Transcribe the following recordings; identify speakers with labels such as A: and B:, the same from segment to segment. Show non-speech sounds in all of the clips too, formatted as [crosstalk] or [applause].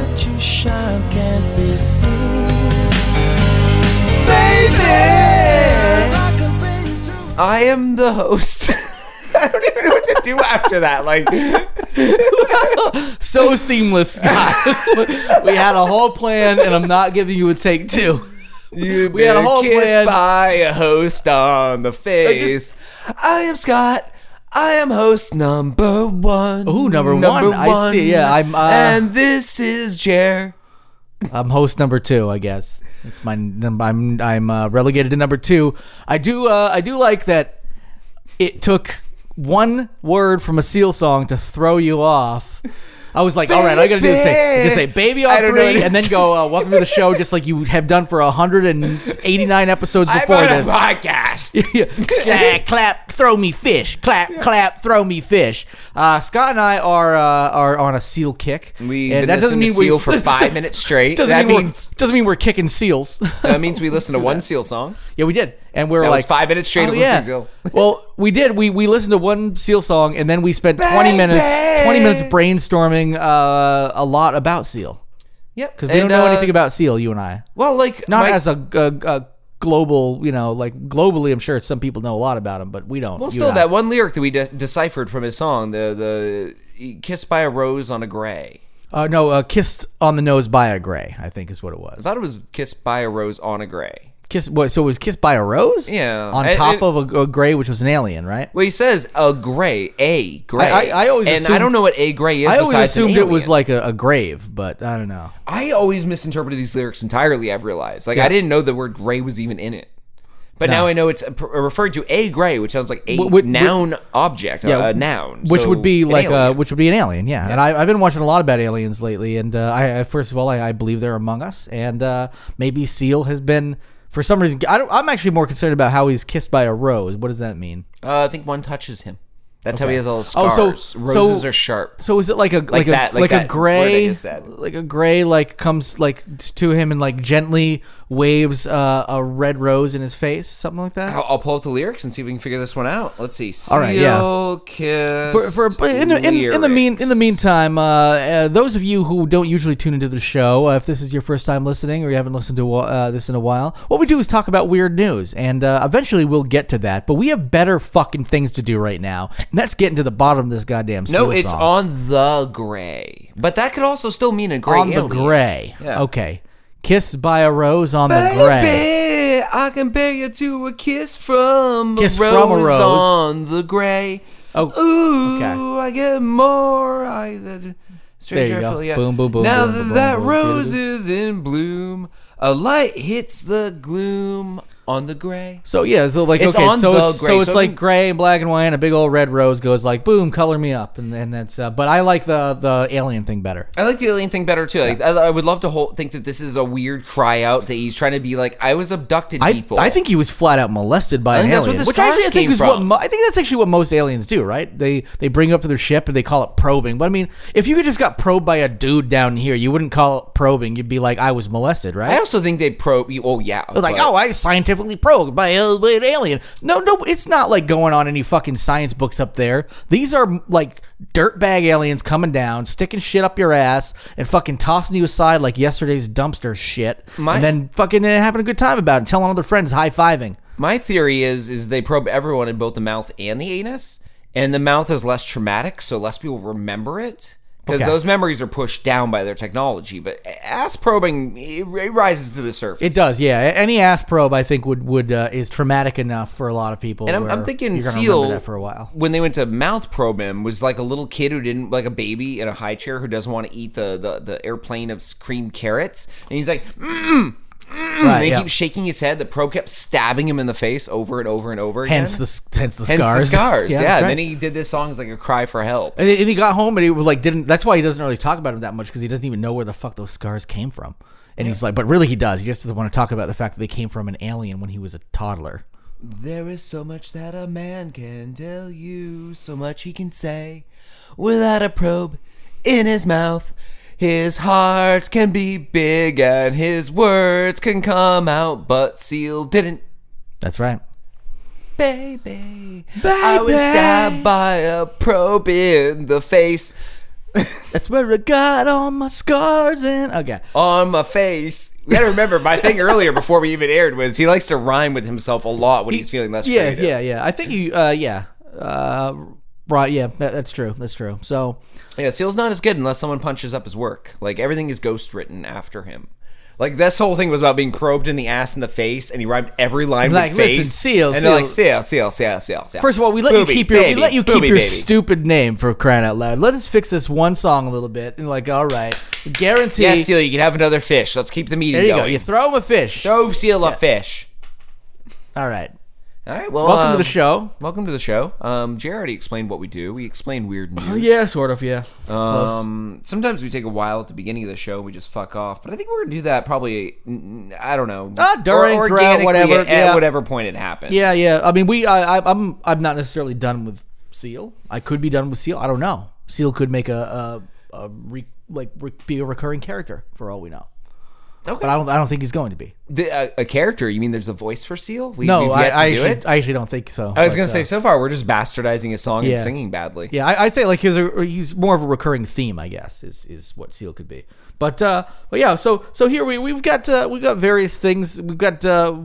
A: sunshine can't be seen. Baby, I can bring you to
B: I am the host. [laughs] I don't even know what to do after that. Like,
C: [laughs] So seamless, Scott. [laughs] we had a whole plan, and I'm not giving you a take two.
B: you've
C: [laughs] We had a
B: been
C: whole
B: kissed
C: plan.
B: by a host on the face. I am Scott. I am host number one.
C: Ooh, number one. I see. Yeah, I'm, uh,
B: and this is Jer.
C: I'm host number two, I guess. That's my. num- I'm I'm uh, relegated to number two. I do uh, I do like that. It took one word from a Seal song to throw you off. I was like, all right, I gotta do this thing. Just say baby
B: I
C: on
B: don't know what
C: three,
B: it
C: and then
B: is.
C: go uh, welcome to the show, just like you have done for 189 episodes before
B: I'm on
C: [laughs] this.
B: a podcast.
C: Yeah. Clap, clap, throw me fish. Clap, clap, throw me fish. Uh, Scott and I are uh, are on a seal kick.
B: We
C: and [laughs] that doesn't mean
B: seal
C: we
B: for five minutes straight.
C: Doesn't
B: that
C: mean
B: means
C: we're, doesn't mean we're kicking seals. [laughs]
B: that means we listen to one seal song.
C: yeah, we did, and we were
B: That was
C: like oh,
B: five minutes straight of listening seal. [laughs]
C: well, we did. We we listened to one seal song, and then we spent twenty
B: Bang,
C: minutes
B: bang.
C: twenty minutes brainstorming uh, a lot about seal
B: Yep, uh,
C: because we don't know anything about seal. You and I,
B: Well, like
C: not
B: my-
C: as a, a, a global, you know, like globally. I'm sure some people know a lot about him, but we don't.
B: Well,
C: you
B: still
C: and I.
B: that one lyric that we de- deciphered from his song, the the "Kissed by a Rose on a Gray."
C: Uh, no, uh, kissed on the nose by a gray, I think is what it was.
B: I thought it was "Kissed by a Rose on a Gray."
C: Kiss, what, so it was kissed by a rose.
B: Yeah.
C: on
B: I-
C: top
B: I-
C: of a, a gray, which was an alien, right?
B: Well, he says a gray, a gray.
C: I- I always
B: and I
C: assumed-
B: don't know what a gray is.
C: I always
B: besides an
C: assumed it was
B: alien.
C: like a, a grave, but I don't know.
B: I always misinterpreted these lyrics entirely. I've realized, like, I didn't know the word gray was even in it. But now I know it's a- pr- referred to a gray, which sounds like a
C: Wh- wh-
B: noun object, uh,
C: Yeah,
B: a noun,
C: which
B: so
C: would be
B: an
C: like uh,
B: alien.
C: which would be an alien, yeah. And I, I've been watching a lot about aliens lately, and uh, I I- first of all I, I believe they're among us, and uh, maybe Seal has been for some reason. I don't, I'm actually more concerned about how he's kissed by a rose. What does that mean?
B: Uh, I think one touches him. That's how he has all his
C: Oh,
B: scars.
C: so- so-
B: Roses are sharp.
C: So is it like a like, a
B: that-
C: like,
B: like
C: a
B: that word I
C: gray
B: just said.
C: like a gray like comes like to him and like gently waves uh, a red rose in his face, something like that.
B: I'll, I'll pull up the lyrics and see if we can figure this one out. Let's see. Seal
C: All right, yeah.
B: kiss.
C: for, for but in, in, in the mean in the meantime, uh, uh, those of you who don't usually tune into the show, uh, if this is your first time listening or you haven't listened to uh, this in a while, what we do is talk about weird news, and uh, eventually we'll get to that. But we have better fucking things to do right now, and that's getting to the bottom of this goddamn.
B: No,
C: Seal
B: it's
C: song.
B: on the gray, but that could also still mean a gray.
C: on the
B: alien.
C: gray.
B: Yeah.
C: Okay, kiss by a rose on
B: Baby,
C: the gray.
B: I compare you to a kiss from
C: Kiss
B: a rose
C: from a rose.
B: on the gray.
C: Oh,
B: Ooh,
C: okay.
B: I get more. I the, stranger
C: you go.
B: feel, yeah.
C: Boom, boom, boom,
B: Now
C: boom, boom,
B: that, that
C: boom, boom.
B: rose is in bloom, a light hits the gloom on the gray.
C: So yeah, so like
B: It's
C: okay,
B: on
C: so
B: the
C: it's,
B: gray,
C: so it's
B: so it
C: like
B: means-
C: gray and black and white, and a big old red rose goes like boom, color me up, and and that's. Uh, but I like the the alien thing better.
B: I like the alien thing better too. Like, I, I would love to whole, think that this is a weird cry out that he's trying to be like, I was abducted
C: I,
B: people.
C: I think he was flat out molested
B: I
C: by an
B: think that's
C: alien,
B: where the
C: which I
B: stars
C: actually think
B: came
C: is what
B: from.
C: mo- I think that's actually what most aliens do, right? They they bring you up to their ship and they call it probing. But I mean, if you could just got probed by a dude down here, you wouldn't call it probing. You'd be like, I was molested, right?
B: I also think they probe. you- Oh yeah,
C: They're like,
B: but-
C: oh, I was scientifically probed by, a- by an alien. No, no, it's not like going on any fucking science books up there. These are like dirtbag aliens coming down, sticking shit up your ass, and fucking tossing you aside like yesterday's dumpster shit,
B: My-
C: and then fucking uh, having a good time about it, telling other friends, high fiving.
B: My theory is is they probe everyone in both the mouth and the anus, and the mouth is less traumatic, so less people remember it because
C: Okay.
B: those memories are pushed down by their technology. But ass probing it, it rises to the surface.
C: It does, yeah. A- Any ass probe, I think, would would uh, is traumatic enough for a lot of people.
B: And I'm,
C: where
B: I'm thinking
C: you're gonna
B: Seal
C: remember that for a
B: [clears throat]
C: while.
B: when they went to mouth probe him was like a little kid who didn't like a baby in a high chair who doesn't want to eat the the, the airplane of creamed carrots, and he's like. Mm, mm,
C: Right,
B: and he
C: Uh, yeah.
B: keeps shaking his head. The probe kept stabbing him in the face over and over and over again.
C: Hence the s- hence the
B: Hence
C: scars.
B: the scars. Yeah.
C: that's
B: And
C: right.
B: then he did this song as like a cry for help.
C: And, and he got home and he was like didn't. That's why he doesn't really talk about him that much because he doesn't even know where the fuck those scars came from. And he's like, but really he does. He just doesn't want to talk about the fact that they came from an alien when he was a toddler.
B: There is so much that a man can tell you, so much he can say. Without a probe in his mouth, his heart can be big and his words can come out, but Seal didn't.
C: That's right.
B: Baby, I was
C: Baby.
B: stabbed by a probe in the face.
C: That's where I got all my scars Oh, and okay.
B: on my face. You gotta remember, my thing earlier before we even aired was he likes to rhyme with himself a lot when he's feeling less
C: yeah,
B: creative.
C: yeah, yeah. I think you. Uh, yeah. Uh, right. Yeah. That, that's true. That's true. So
B: Yeah, Seal's not as good unless someone punches up his work. Like everything is ghostwritten after him. Like this whole thing was about being probed in the ass and the face, and he rhymed every line
C: Like,
B: with
C: listen,
B: face.
C: Seal,
B: and they're like
C: Seal.
B: Seal, Seal, Seal, Seal, Seal.
C: first of all, we let
B: Booby
C: you keep your
B: baby,
C: we let you keep
B: booby
C: your
B: baby.
C: stupid name for crying out loud. Let us fix this one song a little bit and like, all right, guarantee.
B: Yes, Seal, you can have another fish. Let's keep the meeting
C: there you
B: going.
C: go. You throw him a fish.
B: Throw Seal a fish.
C: All right.
B: All right. Well,
C: Welcome to
B: um,
C: the show.
B: Welcome to the show. Um, Jay already explained what we do. We explain weird news.
C: Oh, Yeah, sort of. Yeah. It's close.
B: Um, sometimes we take a while at the beginning of the show. We just fuck off, but I think we're gonna do that probably. mm, I don't know.
C: Ah, during,
B: Or
C: throughout,
B: organically
C: whatever,
B: At, at
C: yeah.
B: whatever point it happens.
C: Yeah, yeah. I mean, we. I, I, I'm. I'm not necessarily done with Seal. I could be done with Seal. I don't know. Seal could make a a, a re, like re, be a recurring character for all we know.
B: Okay.
C: But I don't. I don't think he's going to be.
B: The, uh, a character? You mean there's a voice for Seal? We,
C: No,
B: we've
C: I,
B: yet to
C: I,
B: do
C: actually,
B: it.
C: I actually don't think so.
B: I was
C: But,
B: gonna say
C: uh,
B: so far we're just bastardizing a song and
C: Yeah.
B: singing badly.
C: Yeah, I, I'd say like he's a he's more of a recurring theme, I guess, is is what Seal could be. But uh, but yeah, so so here we we've got uh, we've got various things. We've got uh,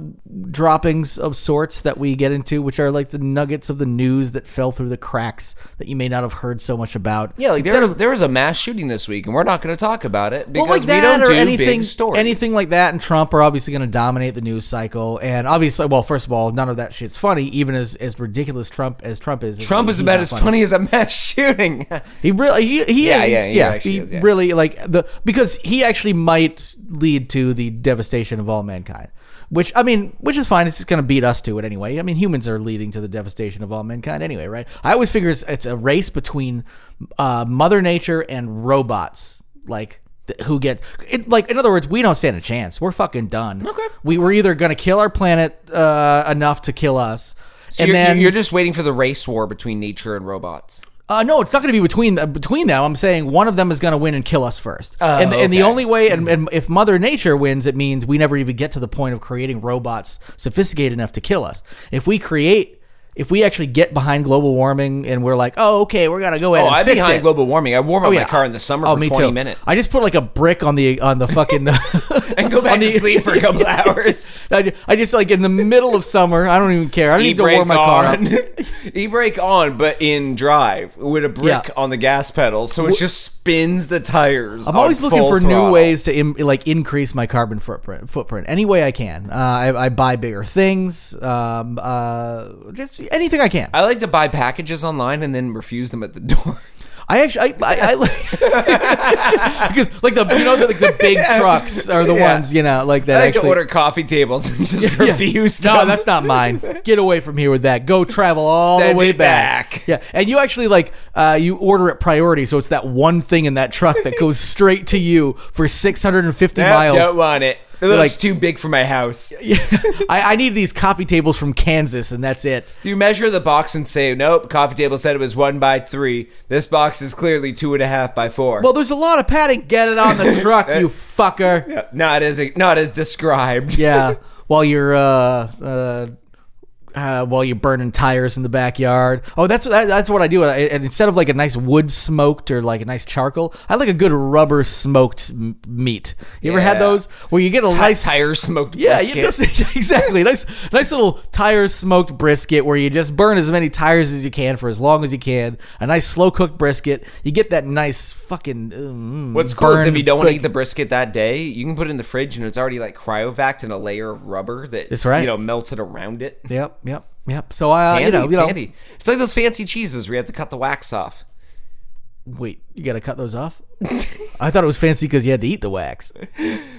C: droppings of sorts that we get into, which are like the nuggets of the news that fell through the cracks that you may not have heard so much about.
B: Yeah, like there
C: Instead
B: was,
C: of-
B: there was a mass shooting this week, and we're not going to talk about it because
C: well, like
B: we
C: that
B: don't
C: or
B: do
C: anything,
B: big stories.
C: anything like that, and Trump are obviously going to dominate the news cycle. And obviously, well, first of all, none of that shit's funny, even as as ridiculous Trump as Trump is.
B: Trump
C: he's
B: is about
C: not
B: as funny as a [laughs] mass shooting.
C: He really, he, he
B: Yeah,
C: is,
B: yeah,
C: yeah,
B: he actually
C: he
B: is, yeah.
C: really like the because he actually might lead to the devastation of all mankind. Which I mean, which is fine. It's just gonna beat us to it anyway. I mean, humans are leading to the devastation of all mankind anyway, right? I always figure it's, it's a race between uh, Mother Nature and robots, like th- who get it, like. In other words, we don't stand a chance. We're fucking done.
B: Okay.
C: We were either gonna kill our planet uh, enough to kill us,
B: [laughs] So you're, you're just waiting for the race war between nature and robots.
C: Uh, no, it's not going to be between uh, between them. I'm saying one of them is going to win and kill us first. and, and
B: Oh, okay.
C: the
B: Mm-hmm.
C: only way, and, and if Mother Nature wins, it means we never even get to the point of creating robots sophisticated enough to kill us. If we create, if we actually get behind global warming and we're like, oh, okay, we're going to go ahead
B: Oh,
C: and
B: I'm
C: fix
B: behind
C: it.
B: global warming. I warm up
C: Oh, yeah.
B: my car in the summer
C: Oh,
B: for
C: me
B: 20
C: too.
B: minutes.
C: I just put like a brick on the on the fucking
B: [laughs] and go back
C: on the-
B: to sleep
C: [laughs]
B: for a couple hours.
C: I, ju- I just like in the middle of summer. I don't even care. I don't
B: E
C: need to warm
B: brake
C: my car. up.
B: on, [laughs] e brake on, but in drive with a brick
C: Yeah.
B: on the gas pedal, so it just spins the tires.
C: I'm always looking for new ways to Im- like increase my carbon footprint. Footprint any way I can. Uh, I, I buy bigger things. Um, uh, just anything I can. I,
B: I like to buy packages online and then refuse them at the [laughs] door.
C: actually, I, I,
B: [laughs]
C: I because like the you know the, like the big trucks are the
B: Yeah.
C: ones you know like that
B: I like
C: actually.
B: to order coffee tables and [laughs] just
C: [laughs] Yeah.
B: refuse them. [laughs]
C: No, that's not mine. Get away from here with that. Go travel all
B: Send
C: the way
B: it
C: back.
B: back.
C: Yeah, and you actually like uh, you order it priority, so it's that one thing in that truck
B: [laughs]
C: that goes straight to you for 650
B: Nope,
C: miles.
B: Don't want it. It looks
C: like-
B: too big for my house.
C: Yeah, [laughs] I, I need these coffee tables from Kansas, and that's it.
B: You measure the box and say, nope, coffee table said it was one by three. This box is clearly two and a half by four.
C: Well, there's a lot of padding. Get it on the truck, you fucker.
B: not as not as described.
C: Yeah, while you're uh, uh, uh, while you're burning tires in the backyard. Oh, that's that, that's what I do. I, and instead of like a nice wood smoked or like a nice charcoal, I like a good rubber smoked m- meat. You ever
B: Yeah.
C: had those where you get a
B: High
C: nice
B: tire smoked
C: Yeah,
B: brisket.
C: you just, [laughs] exactly. Nice, nice little tire smoked brisket where you just burn as many tires as you can for as long as you can. A nice slow cooked brisket. You get that nice fucking. Mm,
B: What's cool is if
C: burned
B: you don't want to
C: brick.
B: eat the brisket that day, you can put it in the fridge and it's already like cryovac in a layer of rubber that
C: That's right.
B: you know melted around it.
C: Yep, yep, yep. So I, uh,
B: Tandy,
C: you know, you know-
B: tandy. It's like those fancy cheeses where you have to cut the wax off.
C: wait, you gotta cut those off. I thought it was fancy because you had to eat
B: [laughs]
C: the wax.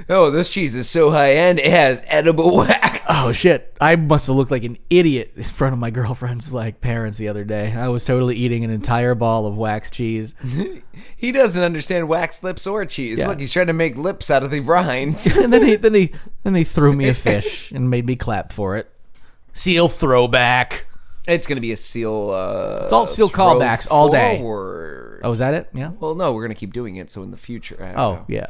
B: Oh, this cheese is so high end; it has edible [laughs] wax.
C: Oh shit! I must have looked like an idiot in front of my girlfriend's like parents the other day. I was totally eating an entire ball of wax cheese.
B: He doesn't understand wax lips or cheese.
C: Yeah.
B: Look, he's trying to make lips out of the rinds.
C: [laughs] and then they then they then they threw
B: [laughs]
C: me a fish and made me clap for it. Seal throwback.
B: it's gonna be a seal. Uh, it's
C: all seal callbacks all day.
B: Forward.
C: Oh, is that it? Yeah.
B: Well, no, we're gonna keep doing it. So in the future, I don't
C: Oh,
B: know.
C: yeah.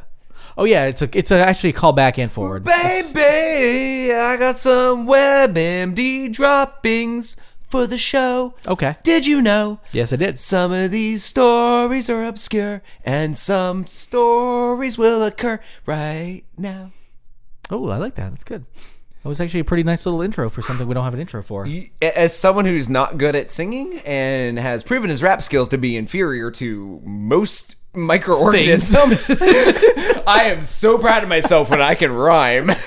C: Oh, yeah. It's a it's a, actually a call back and forward.
B: E Baby, I got some WebMD droppings for the show.
C: Okay.
B: Did you know?
C: Yes, I did.
B: Some of these stories are obscure, and some stories will occur right now.
C: Oh, I like that. That's good. That was actually a pretty nice little intro for something we don't have an intro for.
B: As someone who's not good at singing and has proven his rap skills to be inferior to most microorganisms, [laughs] I am so proud of myself when I can rhyme. [laughs]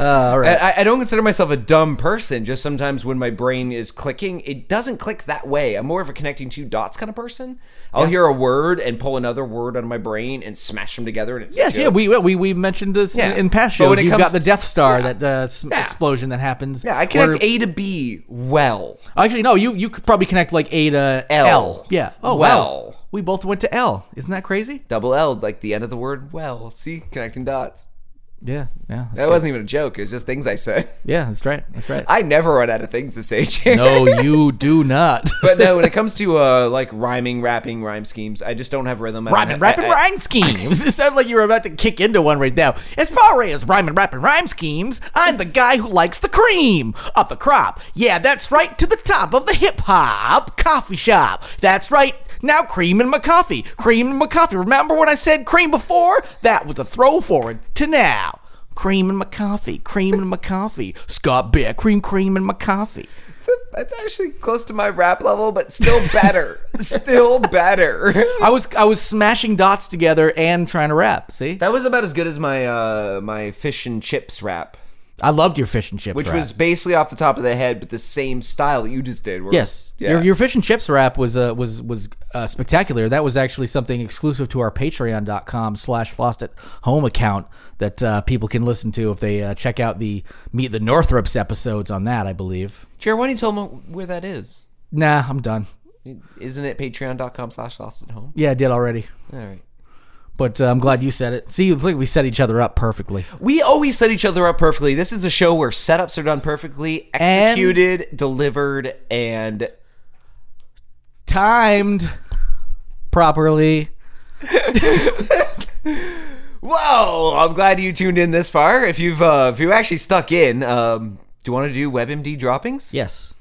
C: Uh, all right.
B: I, I don't consider myself a dumb person. Just sometimes when my brain is clicking, it doesn't click that way. I'm more of a connecting two dots kind of person. I'll hear a word and pull another word out of my brain and smash them together. And it's a
C: Yes, yeah,
B: joke.
C: we we, we mentioned this
B: Yeah.
C: in, in past
B: But
C: shows.
B: when it
C: You've
B: comes
C: got the
B: to-
C: Death Star
B: Yeah.
C: that uh, s-
B: Yeah.
C: explosion that happens.
B: yeah, I connect
C: where-
B: A to B well.
C: Actually, no, you you could probably connect like A to
B: L.
C: L. Yeah. Oh wow.
B: Well.
C: We both went to L. Isn't that crazy?
B: Double L, like the end of the word well. See, connecting dots.
C: Yeah. Yeah. That's
B: That
C: good.
B: wasn't even a joke. It was just things I said. [laughs]
C: Yeah. That's right. That's right.
B: I never run out of things to say, Jay.
C: [laughs] no, you do not.
B: [laughs] but no, when it comes to uh, like rhyming, rapping, rhyme schemes, I just don't have rhythm. I don't
C: Rhyming,
B: have-
C: rapping,
B: I- I-
C: [laughs] rhyme schemes. It sounded like you were about to kick into one right now. As far as rhyming, rapping, rhyme schemes, I'm the guy who likes the cream of the crop. Yeah, that's right, to the top of the hip hop coffee shop. That's right, now cream in my coffee. Cream in my coffee. Remember when I said cream before? That was a throw forward to now. Cream in my coffee, cream in my coffee. Scott Bear, cream, cream in my coffee.
B: It's a- It's actually close to my rap level, but still [laughs] better. still better.
C: I was I was smashing dots together and trying to rap. See,
B: That was about as good as my uh, my fish and chips rap,
C: I loved your fish and chip,
B: which
C: rap.
B: was basically off the top of the head, but the same style that you just did. where-
C: Yes,
B: Yeah.
C: your, your fish and chips wrap was uh, was was uh, spectacular. That was actually something exclusive to our Patreon.com slash Flossed at Home account that uh, people can listen to if they uh, check out the Meet the Northrops episodes on that. I believe.
B: Jared, why don't you tell them where that is?
C: Nah, I'm done.
B: Isn't it patreon.com slash lost at home?
C: Yeah, I did already.
B: All right.
C: But uh, I'm glad you said it. See, look, we set each other up perfectly.
B: We always set each other up perfectly. This is a show where setups are done perfectly,
C: And-
B: executed, delivered, and
C: Timed properly.
B: Whoa! I'm glad you tuned in this far. If you've uh, if you actually stuck in, um, do you want to do WebMD droppings?
C: Yes.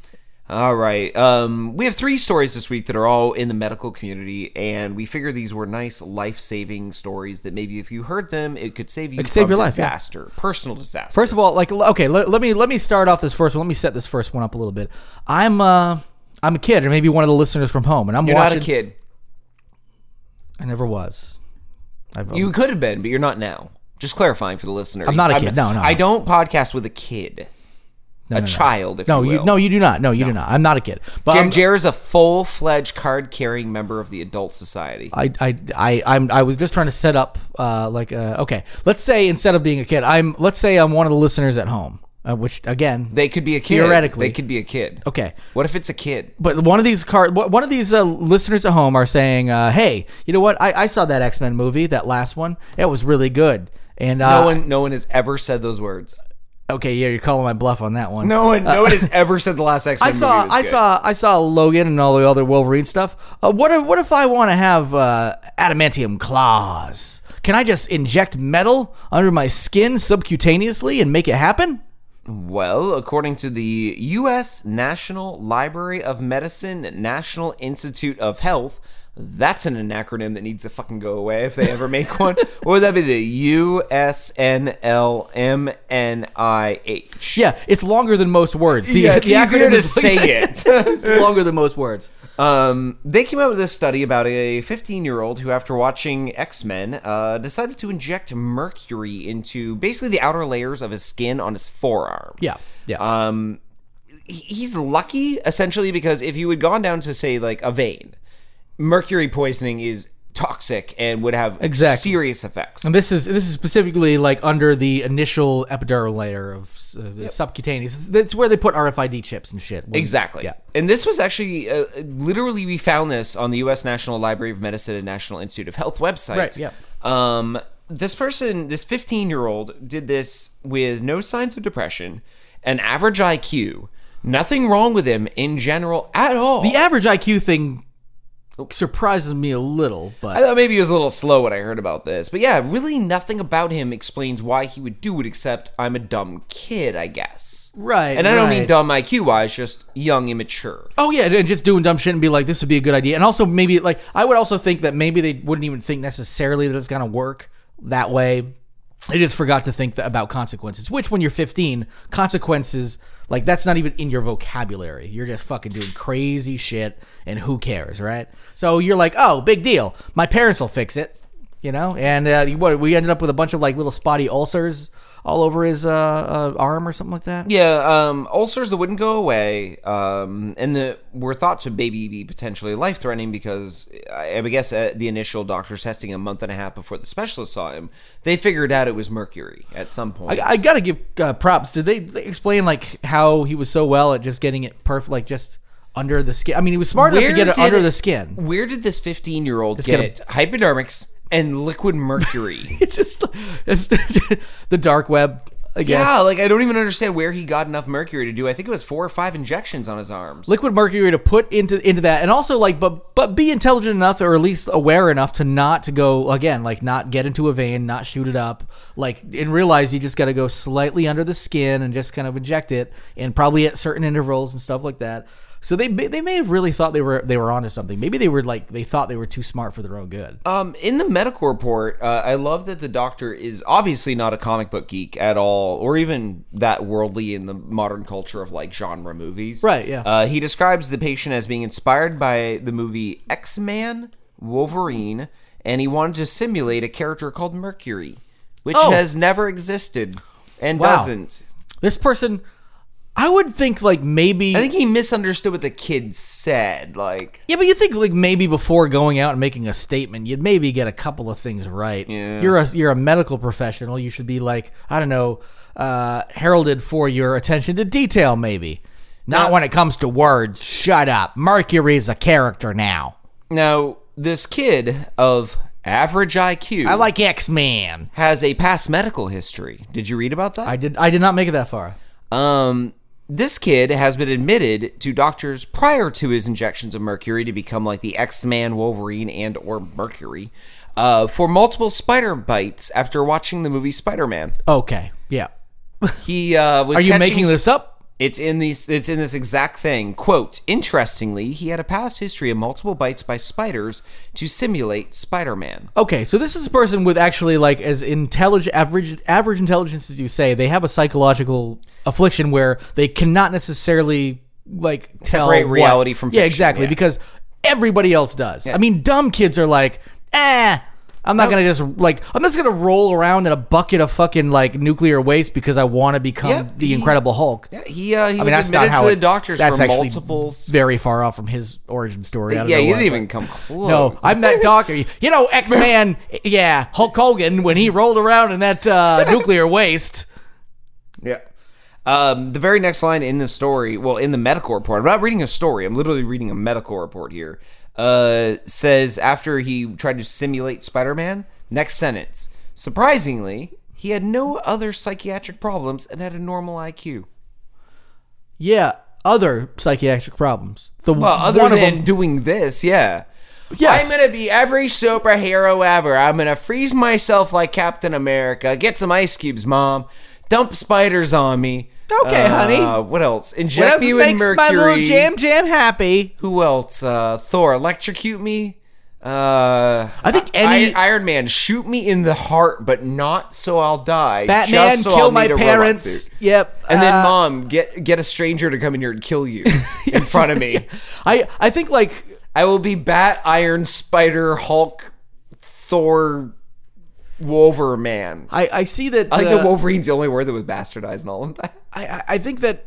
B: All right. Um, we have three stories this week that are all in the medical community, and we figure these were nice life saving stories that maybe if you heard them, it could save you
C: could save
B: from
C: your life, yeah.
B: disaster, personal disaster.
C: First of all, like l- okay, let, let me let me start off this first one. Let me set this first one up a little bit. I'm uh I'm a kid, or maybe one of the listeners from home, and I'm
B: you're
C: watching.
B: not a kid.
C: I never was. I've,
B: You could have been, but you're not now. Just clarifying for the listener.
C: I'm not a kid. No, no,
B: I
C: no.
B: don't podcast with a kid,
C: no,
B: a
C: no, no.
B: child. If
C: No,
B: you,
C: you,
B: will.
C: no, you do not. No, you do not. I'm not a kid. But
B: Jer-
C: I'm-
B: Jer is a full fledged card carrying member of the adult society.
C: I, I, I, I'm, I was just trying to set up, uh, like, uh, okay, let's say instead of being a kid, I'm, let's say I'm one of the listeners at home, uh, which again,
B: They could be a kid.
C: Theoretically.
B: they could be a kid.
C: okay,
B: What if it's a kid?
C: but one of these car, one of these uh, listeners at home are saying, uh, hey, you know what? I, I saw that X Men movie, that last one. It was really good. And uh,
B: No one, no one has ever said those words. Uh,
C: okay, yeah, you're calling my bluff on that one.
B: No one, no [laughs] one has ever said the last X Men.
C: I saw, I saw, I saw Logan and all the other Wolverine stuff. Uh, what if, what if I want to have uh, adamantium claws? Can I just inject metal under my skin subcutaneously and make it happen?
B: Well, according to the U.S. National Library of Medicine, National Institute of Health, that's an acronym that needs to fucking go away if they ever make [laughs] one. Or would that be the U S N L M N I H?
C: Yeah, it's longer than most words. The- [laughs]
B: yeah, it's
C: the
B: easier
C: acronym
B: to
C: is-
B: say it.
C: [laughs] it's longer than most words.
B: Um, they came out with this study about a 15 year old who, after watching X Men, uh, decided to inject mercury into basically the outer layers of his skin on his forearm.
C: Yeah, yeah.
B: Um, he- he's lucky, essentially, because if you had gone down to, say, like a vein, mercury poisoning is toxic and would have
C: Exactly.
B: serious effects.
C: And this is this is specifically like under the initial epidural layer of uh, the subcutaneous. That's where they put RFID chips and shit.
B: Exactly.
C: Yeah.
B: And this was actually uh, literally we found this on the U.S. National Library of Medicine and National Institute of Health website.
C: Right, yeah.
B: Um, this person, this 15 year old, did this with no signs of depression, an average IQ, nothing wrong with him in general at all.
C: The average IQ thing surprises me a little, but
B: I thought maybe he was a little slow when I heard about this. But yeah, really nothing about him explains why he would do it except I'm a dumb kid, I guess.
C: Right,
B: And I don't mean
C: right.
B: dumb IQ wise, just young, immature.
C: Oh yeah, and just doing dumb shit and be like, this would be a good idea. And also maybe like I would also think that maybe they wouldn't even think necessarily that it's gonna work that way. They just forgot to think that, about consequences. Which when you're 15, consequences like that's not even in your vocabulary. You're just fucking doing crazy shit, and who cares, right? So you're like, oh, big deal. My parents will fix it, you know. And uh, you- what we ended up with a bunch of like little spotty ulcers all over his uh, uh, arm or something like that.
B: Yeah, um, ulcers that wouldn't go away, um, and that were thought to maybe be potentially life threatening because I, I guess at the initial doctor's testing a month and a half before the specialist saw him, they figured out it was mercury at some point.
C: I, I gotta give uh, props. Did they, they explain like how he was so well at just getting it perfect, like just under the skin? I mean, he was smart enough to get it
B: did
C: under the skin. [laughs]
B: Where did this 15 year old
C: get
B: get it? hypodermics and liquid
C: [laughs]
B: mercury?
C: It just it's [laughs] the dark web. I guess.
B: yeah, like I don't even understand where he got enough mercury to do. I think it was four or five injections on his arms.
C: liquid mercury to put into into that and also like but but be intelligent enough or at least aware enough to not to go again like not get into a vein not shoot it up like and realize you just got to go slightly under the skin and just kind of inject it and probably at certain intervals and stuff like that so they may- they may have really thought they were they were onto something maybe they were like they thought they were too smart for their own good
B: Um, in the medical report, uh, I love that the doctor is obviously not a comic book geek at all, or even that worldly in the modern culture of like genre movies.
C: Right, yeah.
B: Uh, he describes the patient as being inspired by the movie X Man, Wolverine, and he wanted to simulate a character called Mercury, which
C: Oh.
B: has never existed and
C: Wow.
B: doesn't.
C: this person I would think like maybe
B: I think he misunderstood what the kid said. Like,
C: Yeah, but you think like maybe before going out and making a statement, you'd maybe get a couple of things right. You're a you're a medical professional. You should be like I don't know, uh, heralded for your attention to detail, maybe. Not when it comes to words. Shut up. Mercury's a character now.
B: now this kid of average IQ,
C: I like X Men.
B: has a past medical history. Did you read about
C: I
B: that?
C: did I did not make it that far.
B: um, this kid has been admitted to doctors prior to his injections of mercury to become like the X-Man, Wolverine, and or Mercury uh, for multiple spider bites after watching the movie Spider-Man.
C: Okay. Yeah.
B: He uh, was.
C: Are you
B: catching
C: making this up?
B: It's in these. It's in this exact thing. Quote. Interestingly, he had a past history of multiple bites by spiders to simulate Spider-Man.
C: Okay, so this is a person with actually like as intelligent average average intelligence as you say. They have a psychological affliction where they cannot necessarily like tell
B: Separate
C: what-
B: reality from
C: yeah
B: fiction,
C: exactly
B: yeah.
C: because everybody else does. I mean, dumb kids are like, eh. I'm not gonna just like I'm just gonna roll around in a bucket of fucking like nuclear waste because I want to become
B: Yeah,
C: the
B: he-
C: Incredible Hulk.
B: Yeah, he uh, he
C: I
B: was
C: mean that's not
B: admitted
C: how
B: to
C: it-
B: the doctors
C: that's
B: for
C: actually
B: multiple.
C: very far off from his origin story. I don't
B: Yeah,
C: know
B: you
C: why,
B: didn't
C: but-
B: even come close.
C: no, I'm that doctor. You know, X Man. Yeah, Hulk Hogan when he rolled around in that [laughs] uh, nuclear waste.
B: Yeah. Um, the very next line in the story, well, in the medical report, I'm not reading a story. I'm literally reading a medical report here. Uh, says after he tried to simulate Spider-Man, next sentence. Surprisingly, he had no other psychiatric problems and had a normal IQ.
C: Yeah, other psychiatric problems. The
B: Well, other
C: one
B: than
C: of them.
B: doing this, yeah.
C: Yes.
B: I'm gonna be every superhero ever. I'm gonna freeze myself like Captain America. Get some ice cubes, mom. Dump spiders on me.
C: Okay,
B: Uh,
C: honey.
B: What else? Inject
C: Whatever
B: you in
C: makes
B: mercury.
C: my little jam jam happy.
B: Who else? Uh, Thor, electrocute me. Uh,
C: I think any-
B: I- Iron Man shoot me in the heart, but not so I'll die.
C: Batman
B: just so
C: kill
B: I'll
C: my
B: need a robot
C: parents.
B: suit.
C: Yep.
B: And then,
C: uh,
B: mom, get get a stranger to come in here and kill
C: [laughs]
B: you in front of me.
C: I I think like
B: I will be Bat, Iron, Spider, Hulk, Thor, Wolverman.
C: I I see that.
B: I think
C: uh,
B: the Wolverine's the only word that was bastardized in all of that.
C: I- I, I think that,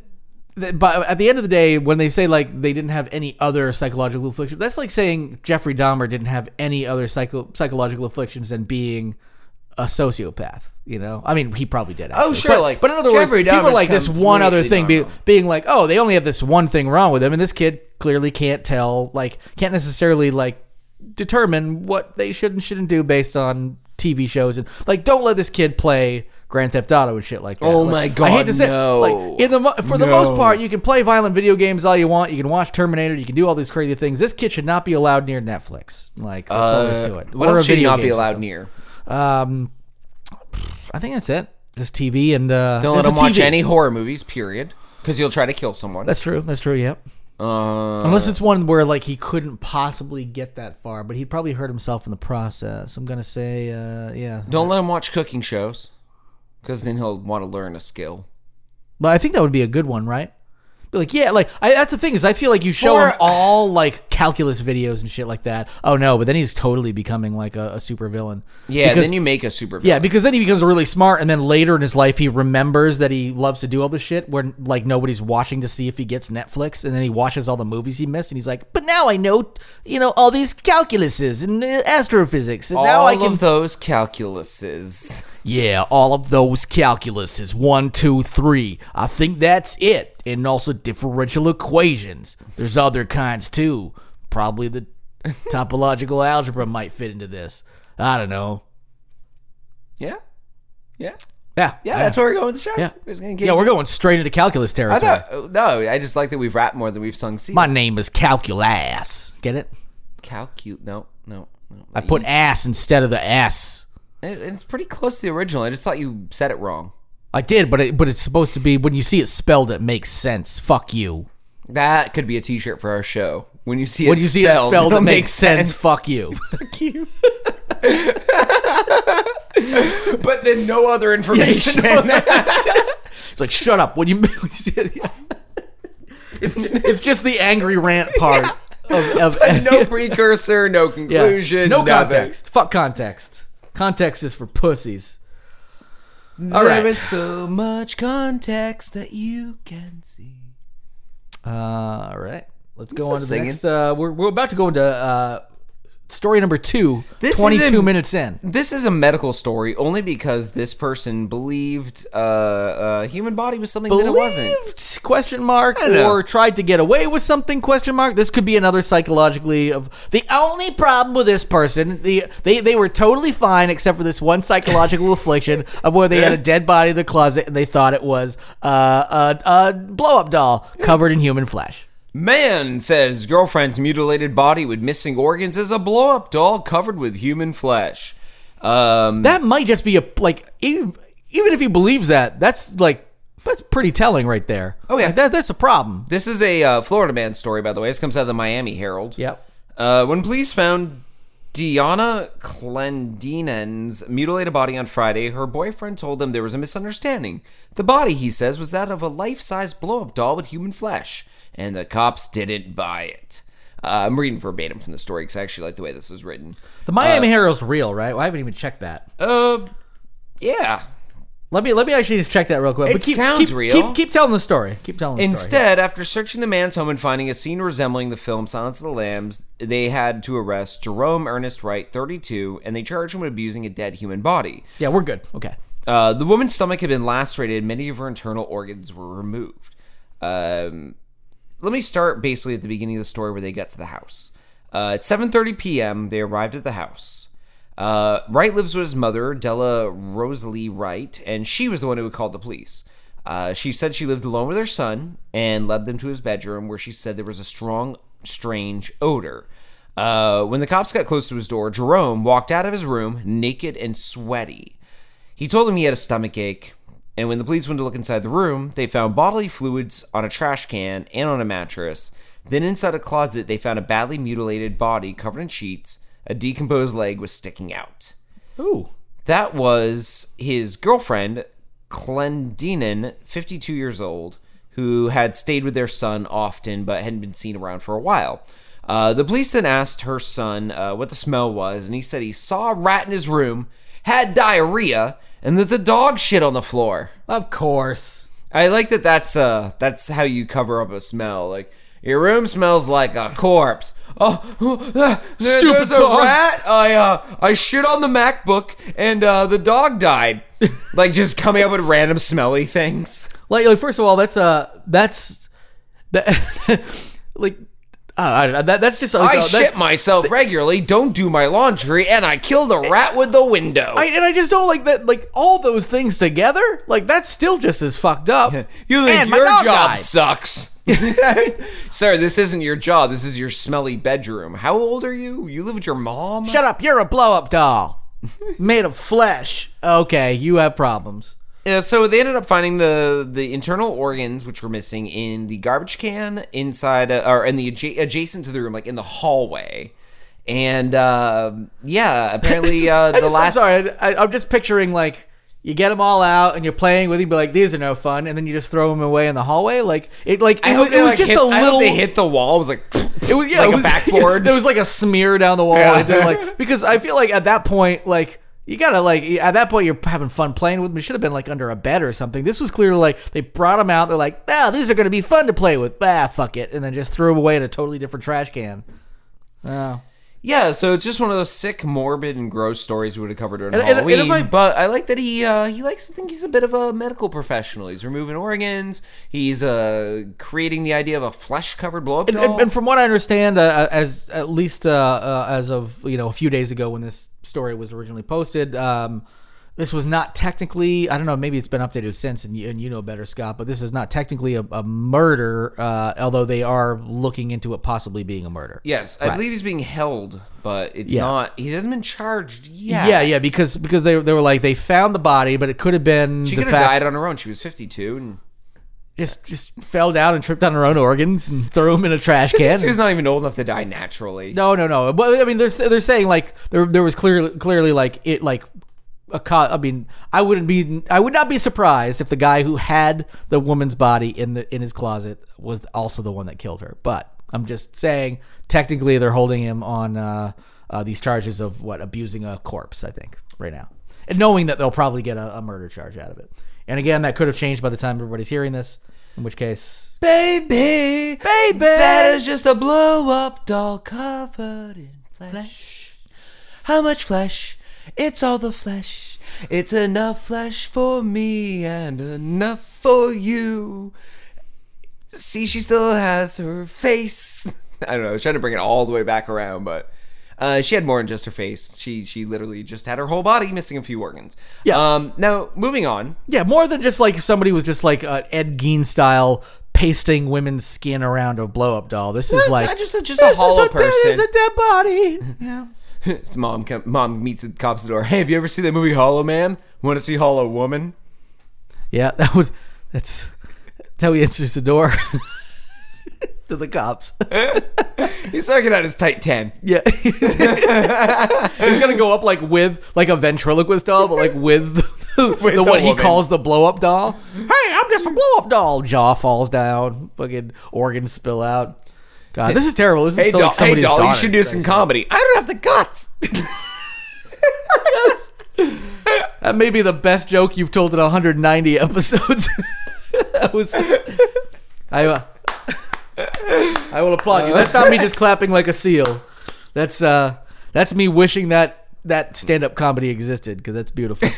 C: that but at the end of the day, when they say like they didn't have any other psychological affliction, that's like saying Jeffrey Dahmer didn't have any other psycho- psychological afflictions than being a sociopath. You know, I mean, he probably did. actually.
B: Oh, sure,
C: but,
B: like,
C: but in other
B: Jeffrey
C: words, people
B: Dahmer's
C: like this one other
B: completely
C: thing, be,
B: normal.
C: being like, oh, they only have this one thing wrong with them, and this kid clearly can't tell, like, can't necessarily like determine what they should and shouldn't do based on TV shows, and like, don't let this kid play Grand Theft Auto and shit like that.
B: Oh
C: Like,
B: my
C: I hate
B: God,
C: to say, it,
B: no.
C: like in the mo- for the
B: No.
C: most part, you can play violent video games all you want. You can watch Terminator. You can do all these crazy things. This kid should not be allowed near Netflix. Like that's all
B: Uh,
C: there's to
B: [laughs]
C: it.
B: What
C: Or a
B: else should you
C: video
B: not be
C: game
B: allowed
C: system.
B: near?
C: Um, I think that's it. Just TV and uh,
B: Don't let
C: it's a
B: them watch
C: TV.
B: any horror movies. Period. Because you'll try to kill someone.
C: That's true. That's true. Yep.
B: Uh,
C: Unless it's one where like he couldn't possibly get that far, but he probably hurt himself in the process. I'm gonna say, uh, yeah.
B: don't let him watch cooking shows. Because then he'll want to learn a skill.
C: But I think that would be a good one, right? Be like, yeah, like I, that's the thing is I feel like you show
B: For-
C: him all like calculus videos and shit like that. Oh no, but then he's totally becoming like a, a super villain.
B: Yeah,
C: because,
B: then you make a super.
C: yeah, because then he becomes really smart, and then later in his life he remembers that he loves to do all this shit where like nobody's watching to see if he gets Netflix, and then he watches all the movies he missed, and he's like, but now I know, you know, all these calculuses and uh, astrophysics, and
B: all
C: now I can
B: of those calculuses.
C: yeah, all of those calculuses. One, two, three. I think that's it. And also differential equations. There's other kinds too. Probably [laughs] the topological algebra might fit into this. I don't know.
B: Yeah, yeah,
C: Yeah.
B: yeah. That's where we're going with the show.
C: Yeah.
B: we're just gonna get.
C: Yeah, we're going straight into calculus territory.
B: I thought no. I just like that we've rapped more than we've sung. C.
C: My name is Calculass. Get it?
B: Calcu. No, no, no.
C: I put ass instead of the S.
B: It- it's pretty close to the original. I just thought you said it wrong.
C: I did, but it, but it's supposed to be when you see it spelled, it makes sense. Fuck you.
B: That could be a T-shirt for our show. When you see it,
C: When you see
B: spelled,
C: it spelled, it
B: it'll make
C: makes sense. Fuck [laughs] you.
B: [laughs] but then no
C: [laughs]
B: other information.
C: It's like, shut up. When you [laughs] it's, it's just the angry [laughs] rant part [laughs] of,
B: [laughs]
C: of
B: no precursor, no
C: yeah.
B: conclusion,
C: no
B: nothing.
C: context. Fuck context. Context is for pussies. All
B: There
C: right.
B: is so much context that you can see.
C: Uh, all right. Let's go
B: What's
C: on to
B: this
C: the
B: singing?
C: next. Uh, we're we're about to go into uh, story number two.
B: This is
C: 22
B: in-
C: minutes in.
B: This is a medical story only because this person believed uh, uh, human body was something that it wasn't.
C: Believed? question mark
B: don't know.
C: or tried to get away with something question mark this could be another psychologically of the only problem with this person the they, they were totally fine except for this one
B: [laughs]
C: psychological affliction of where they had a dead body in the closet and they thought it was uh, a, a blow-up doll covered in human flesh
B: Man says girlfriend's mutilated body with missing organs is a blow-up doll covered with human flesh. Um,
C: that might just be a like even, even if he believes that that's like that's pretty telling right there
B: Oh, yeah.
C: Like, that, that's a problem
B: This is a uh, Florida man story, by the way. This comes out of the Miami Herald.
C: yep
B: Uh, when police found Diana Clendinen's mutilated body on Friday, her boyfriend told them there was a misunderstanding. The body, he says, was that of a life size blow up doll with human flesh, and the cops didn't buy it. Uh, I'm reading verbatim from the story because I actually like the way this was written.
C: the miami herald's real right well, i haven't even checked that
B: Uh, yeah.
C: Let me let me actually just check that real quick.
B: It
C: but keep,
B: sounds
C: keep,
B: real.
C: Keep, keep telling the story. Keep telling the story.
B: Instead, after searching the man's home and finding a scene resembling the film Silence of the Lambs, they had to arrest Jerome Ernest Wright, 32, and they charged him with abusing a dead human body.
C: Yeah, we're good. Okay.
B: Uh, the woman's stomach had been lacerated, and many of her internal organs were removed. Um, let me start basically at the beginning of the story where they get to the house. Uh, at 7:30 p.m., they arrived at the house. Uh, Wright lives with his mother, Della Rosalie Wright, and she was the one who called the police. Uh, she said she lived alone with her son and led them to his bedroom, where she said there was a strong, strange odor. Uh, when the cops got close to his door, Jerome walked out of his room naked and sweaty. He told them he had a stomach ache, and when the police went to look inside the room, they found bodily fluids on a trash can and on a mattress. Then inside a closet, they found a badly mutilated body covered in sheets. A decomposed leg was sticking out.
C: Ooh.
B: That was his girlfriend, Clendenin, 52 years old, who had stayed with their son often but hadn't been seen around for a while. Uh, the police then asked her son uh, what the smell was, and he said he saw a rat in his room, had diarrhea, and that the dog shit on the floor.
C: Of course.
B: I like that. That's uh, that's how you cover up a smell. Like your room smells like a corpse. Oh, [laughs] uh, there-
C: Stupid
B: there's a
C: dog.
B: rat. I uh, I shit on the MacBook, and uh, the dog
C: [laughs]
B: died. like just coming up with random smelly things.
C: [laughs] Like, like first of all, that's uh that's that like Uh, I don't know. That, that's just.
B: I
C: uh, that-
B: shit myself regularly, don't do my laundry, and I killed a rat with the window.
C: I, and I just don't like that. Like all those things together, like that's still just as fucked up.
B: [laughs] you think
C: And my
B: your
C: dog
B: job
C: died.
B: sucks. [laughs] Sir, this isn't your job. This is your smelly bedroom. How old are you? You live with your mom?
C: Shut up! You're a blow up [laughs] doll made of flesh. Okay, you have problems.
B: Uh, so they ended up finding the the internal organs which were missing in the garbage can inside uh, or in the adja- adjacent to the room, like in the hallway. And uh, yeah, apparently uh,
C: [laughs] I
B: the
C: just-
B: last.
C: I'm sorry, I, I, am just picturing like you get them all out and you're playing with them, but like these are no fun, and then you just throw them away in the hallway. Like it, like it,
B: I
C: was,
B: hope they,
C: it was
B: like,
C: just
B: hit-
C: a
B: I hope
C: little.
B: they hit the wall. It was like, [laughs]
C: It was yeah,
B: like
C: it
B: a
C: was- [laughs]
B: backboard.
C: There was like a smear down the wall.
B: Yeah.
C: and they're, like because I feel like at that point, like you gotta like at that point you're having fun playing with them. It should have been like under a bed or something. This was clearly like they brought them out. They're like, ah, these are gonna be fun to play with. Ah, fuck it, and then just threw them away in a totally different trash can. Oh.
B: Yeah, so it's just one of those sick, morbid, and gross stories we would have covered during
C: And- and- and
B: Halloween.
C: if I-
B: but I like that he uh, he likes to think he's a bit of a medical professional. He's removing organs. He's uh, creating the idea of a flesh-covered blow-up
C: And,
B: doll.
C: and, and from what I understand, uh, as at least uh, uh, as of you know a few days ago when this story was originally posted, um, this was not technically. I don't know. Maybe it's been updated since, and you, and you know better, Scott. But this is not technically a, a murder, uh, although they are looking into it possibly being a murder.
B: yes, I believe he's being held, but it's
C: Yeah.
B: not. He hasn't been charged yet.
C: Yeah, yeah, because because they, they were like they found the body, but it could have been
B: she
C: the
B: could have
C: fact
B: died on her own. She was fifty-two, and
C: just just fell down and tripped on her own organs and threw them in
B: [laughs]
C: a trash can.
B: she was not even old enough to die naturally.
C: No, no, no. But I mean, they're they're saying like there there was clearly clearly like it like a co- I mean, I wouldn't be I would not be surprised if the guy who had the woman's body in the in his closet was also the one that killed her. But I'm just saying, technically, they're holding him on uh, uh, these charges of what abusing a corpse. I think right now, and knowing that they'll probably get a, a murder charge out of it. And again, that could have changed by the time everybody's hearing this. In which case,
B: Baby,
C: Baby.
B: that is just a blow-up doll covered in flesh. How much flesh? It's all the flesh. It's enough flesh for me and enough for you. See, she still has her face. [laughs] I don't know. I was trying to bring it all the way back around, but uh, she had more than just her face. She she literally just had her whole body missing a few organs.
C: Yeah.
B: Um. Now moving on. [laughs]
C: Yeah, more than just like somebody was just like uh, Ed Gein style pasting women's skin around a blow up doll. This is
B: No,
C: like
B: I just- just a hollow
C: dead- this is
B: person.
C: a dead body. yeah.
B: His mom come, mom meets at the cop's door. Hey, have you ever seen that movie Hollow Man? Want to see Hollow Woman?
C: Yeah, that would. That's that's how he answers the door [laughs] to the cops.
B: He's working out his tight ten. [laughs]
C: Yeah, he's gonna go up like with like a ventriloquist doll, but like with the,
B: [laughs] With the
C: the what he
B: woman.
C: calls the blow up doll. Hey, I'm just a blow up doll. Jaw falls down. Fucking organs spill out. God, this is terrible. This is
B: Hey,
C: so
B: doll,
C: like somebody's
B: hey, doll you
C: daughter.
B: should do some comedy. I don't have the guts. [laughs]
C: That may be the best joke you've told in 190 [laughs] episodes. that was. I, uh, I will applaud you. That's not me just clapping like a seal. That's uh, that's me wishing that that stand-up comedy existed because that's beautiful.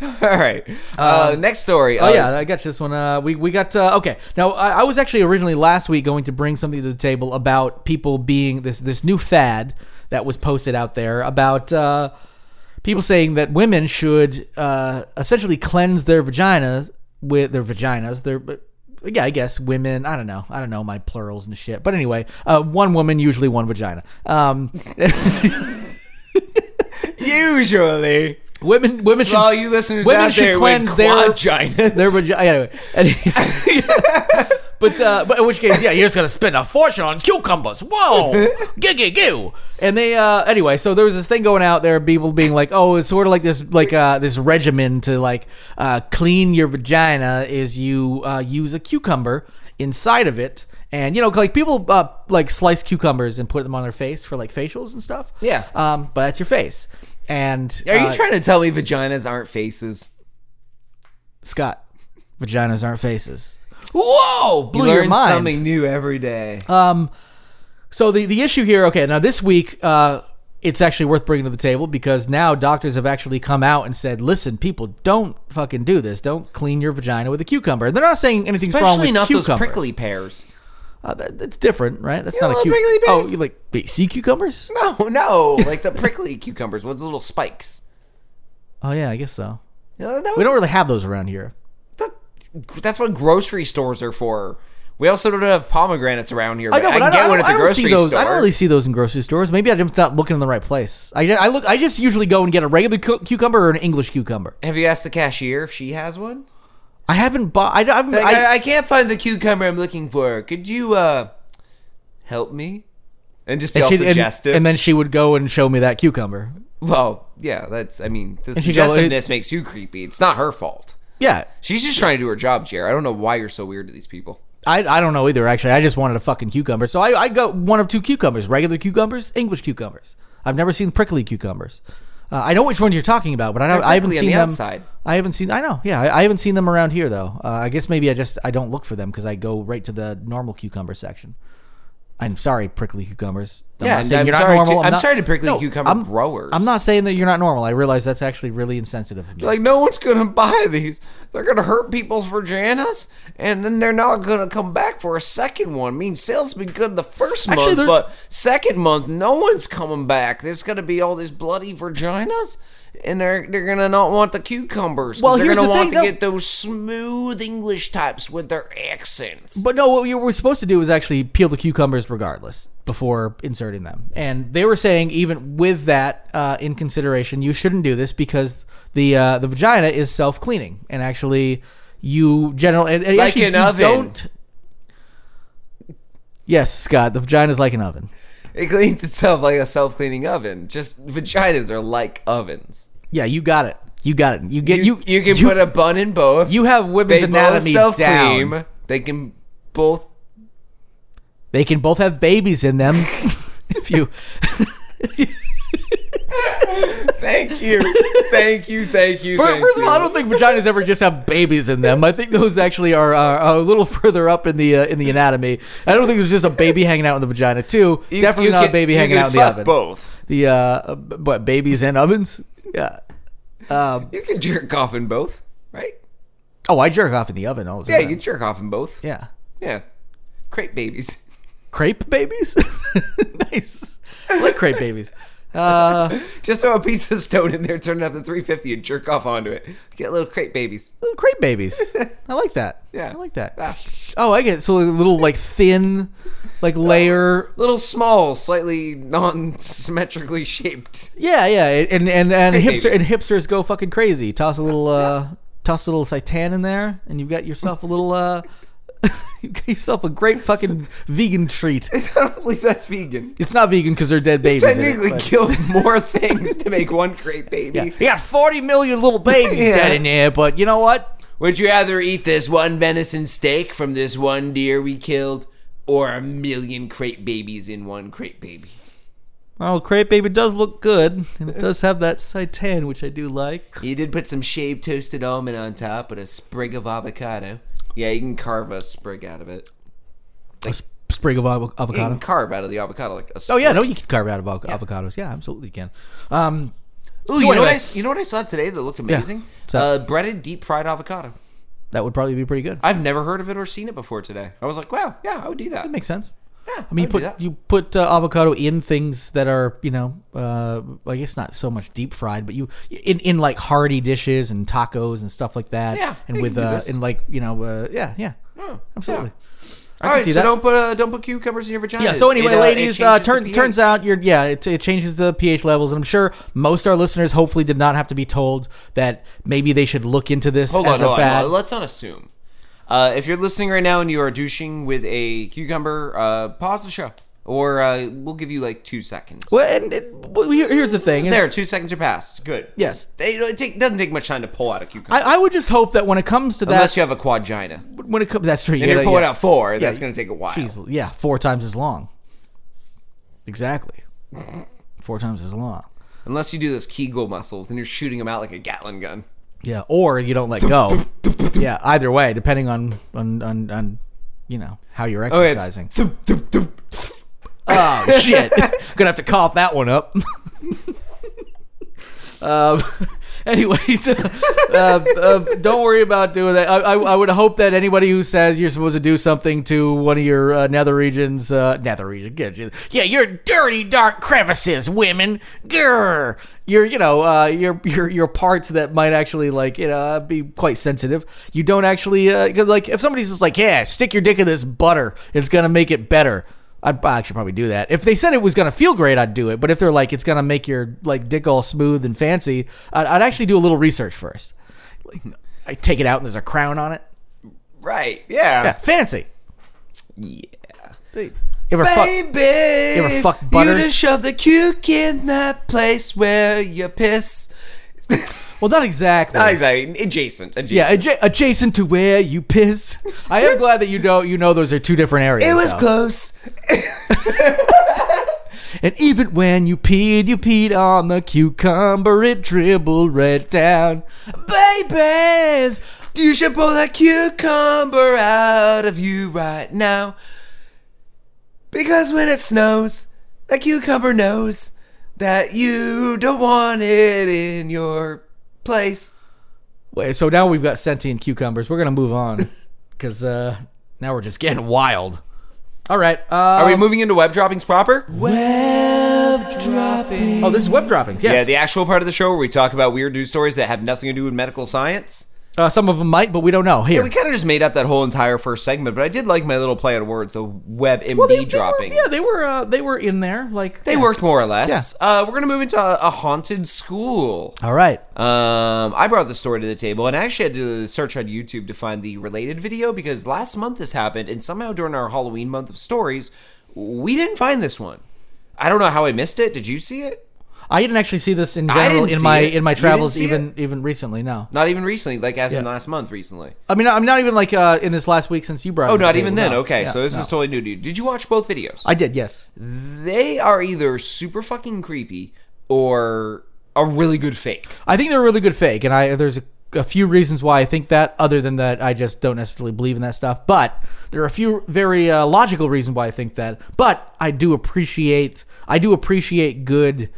B: All right. Uh, next story.
C: Oh yeah, I got this one. Uh, we we got uh, okay. Now I, I was actually originally last week going to bring something to the table about people being this this new fad that was posted out there about uh, people saying that women should uh, essentially cleanse their vaginas with their vaginas. Their yeah, I guess women. I don't know. I don't know my plurals and shit. But anyway, uh, one woman usually one vagina. Um, [laughs]
B: Usually,
C: women women
B: for all
C: should
B: you listeners
C: Women
B: out
C: should
B: there
C: cleanse
B: with
C: their-
B: vaginas.
C: their vagina. Anyway. [laughs] But uh, but in which case, yeah, you're just gonna spend a fortune on cucumbers.
B: [laughs]
C: Whoa, gee gee gee. And they uh, anyway, so there was this thing going out there, people being like, oh, it's sort of like this like uh, this regimen to like uh, clean your vagina is you uh, use a cucumber inside of it. And you know, like people uh, like slice cucumbers and put them on their face for like facials and stuff.
B: Yeah.
C: Um, but that's your face. And
B: [laughs] Are you
C: uh,
B: trying to tell me vaginas aren't faces?
C: Scott? Vaginas aren't faces. Whoa! Blew your
B: Learn
C: mind.
B: something new every day.
C: Um, so the the issue here, okay, now this week, uh, it's actually worth bringing to the table because now doctors have actually come out and said, listen, people, don't fucking do this. Don't clean your vagina with a cucumber. And they're not saying anything's wrong with
B: Especially not
C: cucumbers.
B: those prickly pears.
C: Uh, that, that's different, right? That's
B: You
C: not a
B: love
C: cute.
B: prickly
C: Oh,
B: pears?
C: you like wait, sea cucumbers?
B: No, no, like the prickly [laughs] cucumbers with little spikes.
C: Oh yeah, I guess so.
B: You know, that
C: We don't really have those around here.
B: that- that's what grocery stores are for. We also don't have pomegranates around here. But I,
C: know, but
B: can
C: don't-
B: get one at
C: don't-
B: the
C: I don't see
B: grocery
C: those.
B: store.
C: I don't really see those in grocery stores. Maybe I'm just not looking in the right place. I, I look. I just usually go and get a regular cu- cucumber or an English cucumber.
B: Have you asked the cashier if she has one?
C: I haven't bought. I, I, I,
B: Like, I, I can't find the cucumber I'm looking for. Could you uh help me? And just be all
C: and, she- and-
B: suggestive.
C: and then she would go and show me that cucumber.
B: well, yeah, that's. I mean, the
C: she go,
B: suggestiveness makes you creepy. It's not her fault.
C: Yeah,
B: She's just trying to do her job, Jer. I don't know why you're so weird to these people.
C: I, I don't know either. Actually, I just wanted a fucking cucumber, so I, I got one of two cucumbers: regular cucumbers, English cucumbers. I've never seen prickly cucumbers. Uh, I know which one you're talking about, but I, don't,
B: They're
C: I haven't
B: prickly on
C: seen
B: the
C: them.
B: outside.
C: I haven't seen. I know. Yeah, I, I haven't seen them around here though. Uh, I guess maybe I just I don't look for them because I go right to the normal cucumber section. I'm sorry, prickly cucumbers. I'm
B: Yeah,
C: not
B: and
C: saying
B: I'm
C: you're not
B: sorry
C: normal.
B: to- I'm
C: not-
B: sorry to prickly cucumber
C: I'm-
B: growers.
C: I'm not saying that you're not normal. I realize that's actually really insensitive. of me.
B: Like no one's gonna [laughs] buy these. They're gonna hurt people's vaginas, and then they're not gonna come back for a second one. I mean, sales been good the first
C: Actually,
B: month,
C: they're-
B: but second month, no one's coming back. There's gonna be all these bloody vaginas, and they're they're gonna not want the cucumbers. 'cause
C: Well,
B: they're
C: here's
B: gonna
C: the
B: want
C: thing,
B: to
C: though.
B: get those smooth English types with their accents.
C: But no, what you were supposed to do was actually peel the cucumbers regardless before inserting them. And they were saying even with that uh, in consideration, you shouldn't do this because the uh, the vagina is self cleaning and actually you general and, and
B: Like
C: actually
B: an
C: you
B: oven.
C: Don't, yes, Scott, the vagina is like an oven.
B: It cleans itself like a self cleaning oven. Just vaginas are like ovens.
C: Yeah, you got it. You got it. You get
B: You
C: you
B: you, can put a bun in both.
C: you have women's
B: they both
C: anatomy
B: self
C: down.
B: clean. They can both
C: They can both have babies
B: [laughs]
C: in them. if you
B: Thank
C: [laughs]
B: you. thank you. Thank you.
C: Fir-
B: thank
C: First of all, I
B: you.
C: don't think vaginas ever just have babies in them. I think those actually are, are, are a little [laughs] further up in the uh, in the anatomy. I don't think there's just a baby hanging out in the vagina too.
B: You-
C: Definitely
B: you
C: not
B: can-
C: a baby
B: you
C: hanging
B: can
C: out in the
B: fuck
C: oven.
B: Both.
C: The uh, b- what babies and ovens? Yeah. Um,
B: You can jerk off in both, right?
C: oh, I jerk off in the oven all the
B: Yeah, you
C: time.
B: can jerk off in both. Yeah.
C: yeah.
B: Crepe babies. [laughs]
C: Crepe babies? [laughs] nice. I like crepe babies. Uh,
B: Just throw a pizza stone in there, turn it up to 350, and jerk off onto it. Get little crepe babies.
C: little crepe babies. I like that.
B: Yeah.
C: I like that.
B: Ah.
C: Oh, I get it. so a little like thin, like layer
B: Little small, slightly non symmetrically shaped. [laughs]
C: Yeah, yeah, and and and
B: Great
C: hipster and
B: babies.
C: hipsters go fucking crazy. Toss a little, uh, toss a little seitan in there, and you've got yourself a little, uh, [laughs] you got yourself a great fucking vegan treat.
B: I don't believe that's vegan.
C: It's not vegan because they're dead babies. in it,
B: Technically
C: but-
B: killed more [laughs] things to make one crepe baby.
C: yeah. you got forty million little babies
B: Yeah.
C: dead in there, but you know what?
B: Would you rather eat this one venison steak from this one deer we killed or a million crepe babies in one crepe baby?
C: Well, crepe baby does look good, and it does have that seitan, which I do like.
B: You did put some shaved toasted almond on top with a sprig of avocado. Yeah, you can carve a sprig out of it.
C: A sp- sprig of avo-
B: You
C: avocado.
B: can carve out of the avocado like a sprig.
C: Oh yeah, no, you can carve out of avo- avocados. Yeah, absolutely can. Um,
B: Ooh,
C: So
B: you, know what I,
C: anyway.
B: s- you know what I saw today that looked amazing?
C: So-
B: Uh, breaded deep fried avocado.
C: that would probably be pretty good.
B: I've never heard of it or seen it before today. I was like, wow, yeah, I would do that.
C: That makes sense.
B: Yeah,
C: I mean,
B: would
C: you
B: do
C: put
B: that.
C: you put uh, avocado in things that are you know, uh, I guess not so much deep fried, but you in in like hearty dishes and tacos and stuff like that.
B: Yeah,
C: and
B: you
C: with
B: can do
C: uh,
B: this.
C: and like you know, uh, yeah, yeah,
B: Yeah,
C: absolutely.
B: yeah.
C: I
B: All
C: can
B: right,
C: see
B: so
C: that.
B: don't put uh, don't put cucumbers in your vagina.
C: yeah. So anyway, ladies, uh, turn, turns out you're yeah, it, it changes the pH levels, and I'm sure most of our listeners hopefully did not have to be told that maybe they should look into this
B: Hold
C: as
B: on,
C: a
B: hold on,
C: fad.
B: hold on. Let's not assume. Uh, if you're listening right now and you are douching with a cucumber, uh, pause the show, or uh, we'll give you like two seconds.
C: Well, and it, well, here- here's the thing: is-
B: There, two seconds are passed. Good.
C: Yes.
B: They- it take, doesn't take much time to pull out a cucumber
C: I, I would just hope that when it comes to
B: unless you
C: that,
B: have a quadgina.
C: when it comes, that's true.
B: If
C: you
B: you're
C: gotta-
B: pulling
C: yeah.
B: out four, that's
C: you-
B: going to take a while.
C: Jeez, yeah, four times as long. Exactly. Four times as long.
B: Unless you do those Kegel muscles, then you're shooting them out like a Gatling gun.
C: Yeah, or you don't let go. yeah, either way, depending on on on, on you know how you're
B: Okay, it's
C: exercising.
B: thump, thump, thump.
C: Oh, shit! Gonna have to cough that one up. Um, anyways, [laughs] uh, uh, don't worry about doing that. I, I, I would hope that anybody who says you're supposed to do something to one of your uh, nether regions, uh, nether region, yeah, you- yeah, your dirty dark crevices, women, grr, your you know uh, your your your parts that might actually like you know uh, be quite sensitive. You don't actually uh 'cause like if somebody's just like, yeah, stick your dick in this butter, it's gonna make it better. I'd actually probably do that. If they said it was gonna feel great, I'd do it. But if they're like, it's gonna make your like dick all smooth and fancy, I'd, I'd actually do a little research first. Like, I take it out and there's a crown on it.
B: Right. Yeah.
C: Yeah, fancy.
B: Yeah.
C: You ever fuck?
B: Baby,
C: ever fuck butter?
B: You just shove the cuke in that place where you piss.
C: Well, not exactly.
B: Not exactly. Adjacent. Adjacent.
C: Yeah, adja- adjacent to where you piss. I am glad that you know you know those are two different areas.
B: it was
C: though.
B: close.
C: And even when you peed, you peed on the cucumber. It dribbled right down. Babies,
B: You should pull that cucumber out of you right now. Because when it snows, the cucumber knows that you don't want it in your place.
C: Wait, so now we've got sentient cucumbers. We're gonna
B: [laughs]
C: move on because uh, now we're just getting wild. All right. Uh, Are
B: moving into web droppings proper?
C: Oh, this is web droppings.
B: Yeah,
C: Yes.
B: the actual part of the show where we talk about weird news stories that have nothing to do with medical science.
C: uh, some of them might, but we don't know. Here.
B: Yeah, we kind of just made up that whole entire first segment, but I did like my little play on words, the web MD
C: Well, they- they were-
B: droppings.
C: yeah, they were. Uh, they were in there. Like
B: They
C: yeah.
B: worked more or less. Uh, we're gonna move into a, a haunted school.
C: All right.
B: Um, I brought the story to the table, and I actually had to search on YouTube to find the related video because last month this happened, and somehow during our Halloween month of stories, we didn't find this one. I don't know how I missed it. Did you see it?
C: I didn't actually see this in
B: I
C: general
B: didn't
C: in
B: see
C: my
B: it.
C: in my
B: You didn't
C: travels,
B: see
C: even even recently. No,
B: Not even recently, like as in
C: Yeah.
B: last month recently.
C: I mean, I'm not even like uh, in this last week since you brought.
B: Oh,
C: it to
B: not
C: the
B: even
C: table.
B: then.
C: No.
B: Okay,
C: Yeah,
B: so this
C: no.
B: is totally new to you. Did you watch both videos?
C: I did. Yes.
B: they are either super fucking creepy or a really good fake.
C: I think they're a really good fake, and I there's a, a few reasons why I think that. Other than that, I just don't necessarily believe in that stuff. But there are a few very uh, logical reasons why I think that. But I do appreciate I do appreciate good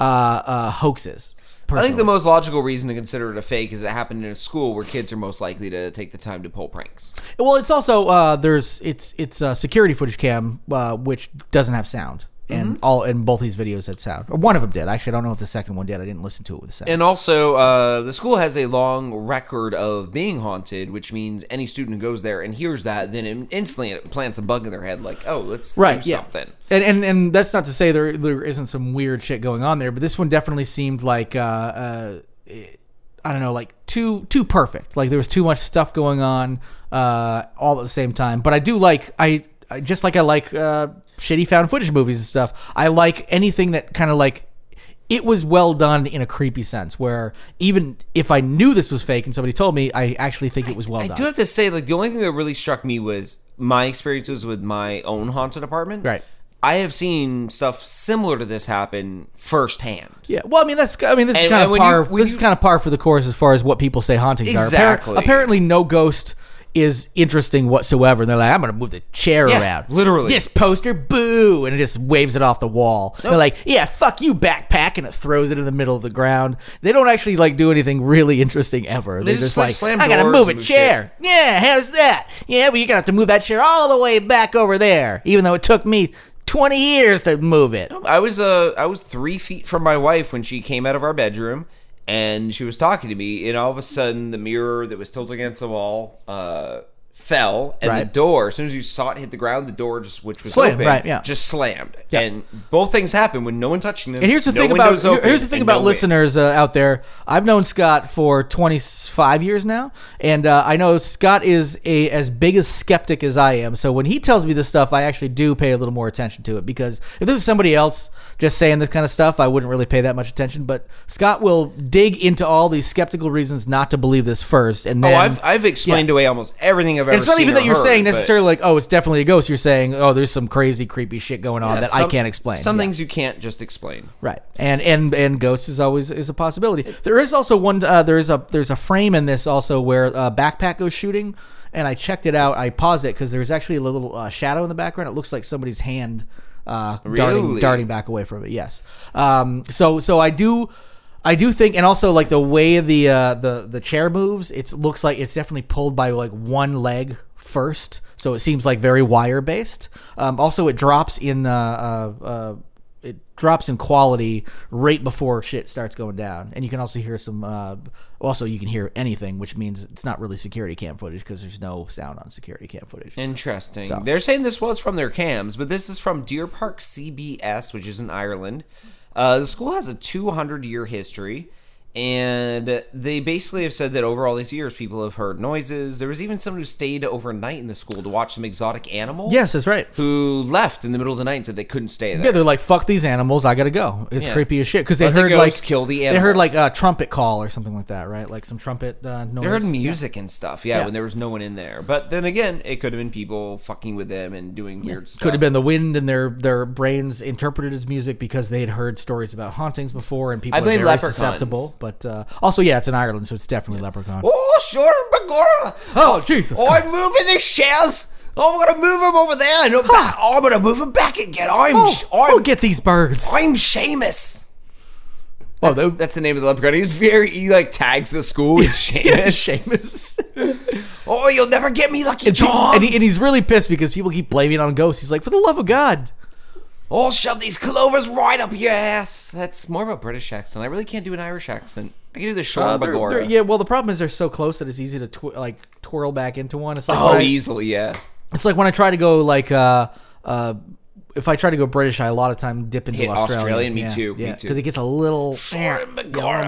C: uh, uh, hoaxes.
B: I think
C: personally.
B: the most logical reason to consider it a fake is it happened in a school where kids are most likely to take the time to pull pranks.
C: Well, it's also uh, there's it's it's uh, security footage cam uh, which doesn't have sound, and all in both these videos had sound. Or one of them did. Actually, I don't know if the second one did. I didn't listen to it with the sound.
B: And also, uh, the school has a long record of being haunted, which means any student who goes there and hears that, then in- instantly it plants a bug in their head, like, "Oh, let's do something."
C: And, and and that's not to say there there isn't some weird shit going on there, but this one definitely seemed like uh, uh I don't know, like too too perfect. Like there was too much stuff going on uh all at the same time. But I do like I, I just like I like uh shitty found footage movies and stuff. I like anything that kind of like it was well done in a creepy sense where even if I knew this was fake and somebody told me, I actually think it was well
B: I
C: done.
B: do have to say, like, the only thing that really struck me was my experiences with my own haunted apartment.
C: Right.
B: I have seen stuff similar to this happen firsthand.
C: Yeah, well, I mean that's I mean this is
B: And-
C: kind
B: and
C: of
B: when
C: par
B: you- when
C: this is
B: you-
C: kind of par for the course as far as what people say hauntings are. Appar-
B: Exactly.
C: apparently, no ghost is interesting whatsoever. And they're like, I'm gonna move the chair
B: Yeah,
C: around,
B: literally.
C: This poster, boo, and it just waves it off the wall. They're like, yeah, fuck you, backpack, and it throws it in the middle of the ground. They don't actually like do anything really interesting ever. They're
B: just,
C: just,
B: like,
C: like,
B: slam
C: I gotta
B: doors
C: move a
B: and move
C: chair. Yeah, how's that? Yeah, well, you're gonna have to move that chair all the way back over there, even though it took me 20 years to move it.
B: I was uh I was three feet from my wife when she came out of our bedroom and she was talking to me and all of a sudden the mirror that was tilted against the wall uh fell and the
C: Right.
B: door as soon as you saw it hit the ground the door just which was
C: Slammed,
B: open
C: right, yeah.
B: just slammed
C: Yeah.
B: and both things happened when no one touched them
C: And here's the
B: no
C: thing about
B: windows
C: here-
B: open,
C: here's the thing
B: and no
C: about
B: wind.
C: listeners uh, out there. I've known Scott for 25 years now, and uh, I know Scott is a as big a skeptic as I am. So when he tells me this stuff, I actually do pay a little more attention to it because if this was somebody else just saying this kind of stuff, I wouldn't really pay that much attention. But Scott will dig into all these skeptical reasons not to believe this first, and
B: Oh,
C: then
B: I've, I've explained away almost everything I've ever.
C: and it's not
B: seen
C: even
B: or
C: that you're
B: heard,
C: saying
B: but-
C: necessarily like, oh, it's definitely a ghost. You're saying, oh, there's some crazy, creepy shit going on
B: Yeah,
C: that I
B: some-
C: can't explain.
B: Some
C: Yeah.
B: things you can't just explain.
C: Right, and and and ghosts is always is a possibility. There is also one. Uh, there is a there's a frame in this also where uh, backpack goes shooting, and I checked it out. I paused it because there's actually a little uh, shadow in the background. It looks like somebody's hand uh, darting
B: Really?
C: darting back away from it. Yes. Um. So so I do. I do think, and also like the way the uh, the the chair moves, it looks like it's definitely pulled by like one leg first, so it seems like very wire based. Um, also, it drops in uh, uh, uh, it drops in quality right before shit starts going down, and you can also hear some. Uh, also, you can hear anything, which means it's not really security cam footage because there's no sound on security cam footage.
B: Interesting. They're saying this was from their cams, but this is from Deer Park CBS, which is in Ireland. Uh, the school has a 200 year history, and they basically have said that over all these years, people have heard noises. There was even someone who stayed overnight in the school to watch some exotic animals.
C: Yes, that's right.
B: Who left in the middle of the night and said they couldn't stay there.
C: Yeah, they're like, "Fuck these animals! I gotta go." It's
B: Yeah.
C: creepy as shit because they
B: Let the
C: heard
B: ghosts
C: like
B: kill the
C: They heard
B: animals.
C: like a trumpet call or something like that, right? Like some trumpet uh, noise.
B: They heard music and stuff, yeah,
C: Yeah.
B: when there was no one in there. But then again, it could have been people fucking with them and doing weird stuff.
C: Could have been the wind, and their their brains interpreted as music because they had heard stories about hauntings before, and people
B: I
C: are
B: blame
C: very
B: leprechauns.
C: susceptiable. But uh, also, yeah, it's in Ireland, so it's definitely leprechauns.
B: Oh, sure, Bagora.
C: Oh, Jesus!
B: Oh, I'm moving the shells. Oh, I'm gonna move them over there. No, back. Oh, I'm gonna move them back again. I'm,
C: oh,
B: Sh- I'm,
C: oh, get these birds!
B: I'm Seamus.
C: Oh, they-
B: That's the name of the leprechaun. He's very. He like tags the school with [laughs] Seamus. [laughs] Oh, you'll never get me, Lucky John.
C: and, he, and he's really pissed because people keep blaming it on ghosts. He's like, for the love of God!
B: I'll Oh, shove these clovers right up your ass. That's more of a British accent. I really can't do an Irish accent. I can do the
C: Uh,
B: Sean
C: they're-
B: Bagora.
C: they're- yeah, well, the problem is they're so close that it's easy to tw- like twirl back into one. It's like
B: Oh,
C: when I,
B: easily, yeah.
C: it's like when I try to go like uh uh. If I try to go British, I a lot of time dip into
B: Hit
C: Australian.
B: Australian, me
C: yeah,
B: too, me
C: yeah,
B: too.
C: Because it gets a little.
B: Sure,